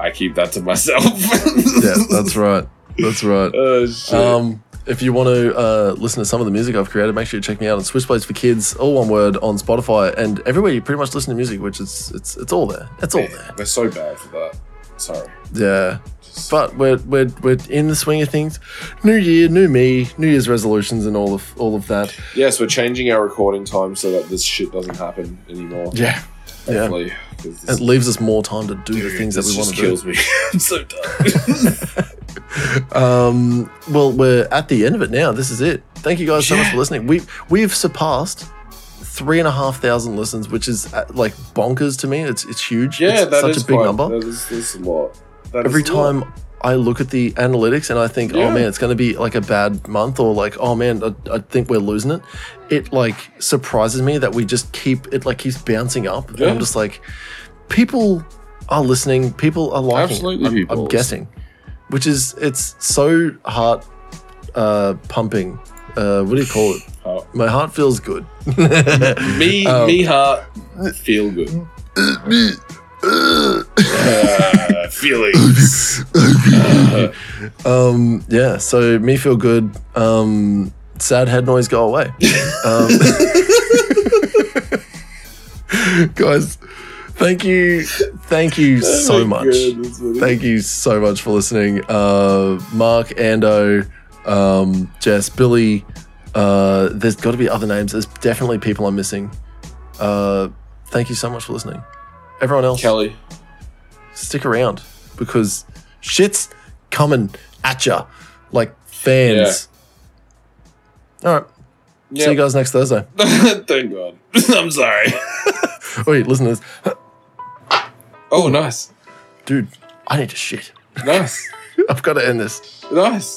Speaker 2: I keep that to myself.
Speaker 1: yeah, that's right. That's right.
Speaker 2: Oh, shit.
Speaker 1: Um, if you want to uh, listen to some of the music I've created, make sure you check me out on Switchblades for Kids, all one word on Spotify, and everywhere you pretty much listen to music, which is it's it's all there. It's all there.
Speaker 2: We're so bad for that. Sorry.
Speaker 1: Yeah.
Speaker 2: Just-
Speaker 1: But we're, we're, we're in the swing of things. New year, new me, New Year's resolutions, and all of all of that.
Speaker 2: Yes, we're changing our recording time so that this shit doesn't happen anymore.
Speaker 1: Yeah, yeah.
Speaker 2: Hopefully. 'cause this-
Speaker 1: It leaves us more time to do the
Speaker 2: dude,
Speaker 1: things that
Speaker 2: this
Speaker 1: we want
Speaker 2: just
Speaker 1: to do.
Speaker 2: kills me. I'm so done.
Speaker 1: Um, well, we're at the end of it now. This is it. Thank you guys so much
Speaker 2: Yeah.
Speaker 1: for listening. We we've surpassed three and a half thousand listens, which is uh, like bonkers to me. It's it's huge.
Speaker 2: yeah,
Speaker 1: it's
Speaker 2: that
Speaker 1: such
Speaker 2: is
Speaker 1: a big
Speaker 2: quite-
Speaker 1: number.
Speaker 2: That is, that's a lot. That is
Speaker 1: Every
Speaker 2: a lot.
Speaker 1: time I look at the analytics and I think,
Speaker 2: Yeah.
Speaker 1: oh man, it's going to be like a bad month, or like, oh man, I, I think we're losing it. It like surprises me that we just keep it like keeps bouncing up. And
Speaker 2: Yeah.
Speaker 1: I'm just like, people are listening, people are liking. it.
Speaker 2: Absolutely,
Speaker 1: I'm,
Speaker 2: people.
Speaker 1: I'm guessing, which is it's so heart uh, pumping. Uh, what do you call it?
Speaker 2: Oh.
Speaker 1: My heart feels good.
Speaker 2: me,
Speaker 1: Um,
Speaker 2: me heart, feel good. Uh, feelings. Uh,
Speaker 1: Um, yeah, so me feel good. Um, sad head noise go away. Um, guys, thank you, thank you
Speaker 2: oh
Speaker 1: so
Speaker 2: my
Speaker 1: much.
Speaker 2: goodness, man.
Speaker 1: Thank you so much for listening. Uh, Mark, Ando, um, Jess, Billy. Uh, there's got to be other names. There's definitely people I'm missing. Uh, thank you so much for listening. Everyone else,
Speaker 2: Kelly.
Speaker 1: stick around because shit's coming at ya like fans. All right. See you
Speaker 2: Yeah.
Speaker 1: guys next Thursday.
Speaker 2: Thank God. I'm sorry.
Speaker 1: Wait, listen to this.
Speaker 2: Oh, nice,
Speaker 1: Dude, I need to shit.
Speaker 2: nice,
Speaker 1: I've got to end this.
Speaker 2: nice.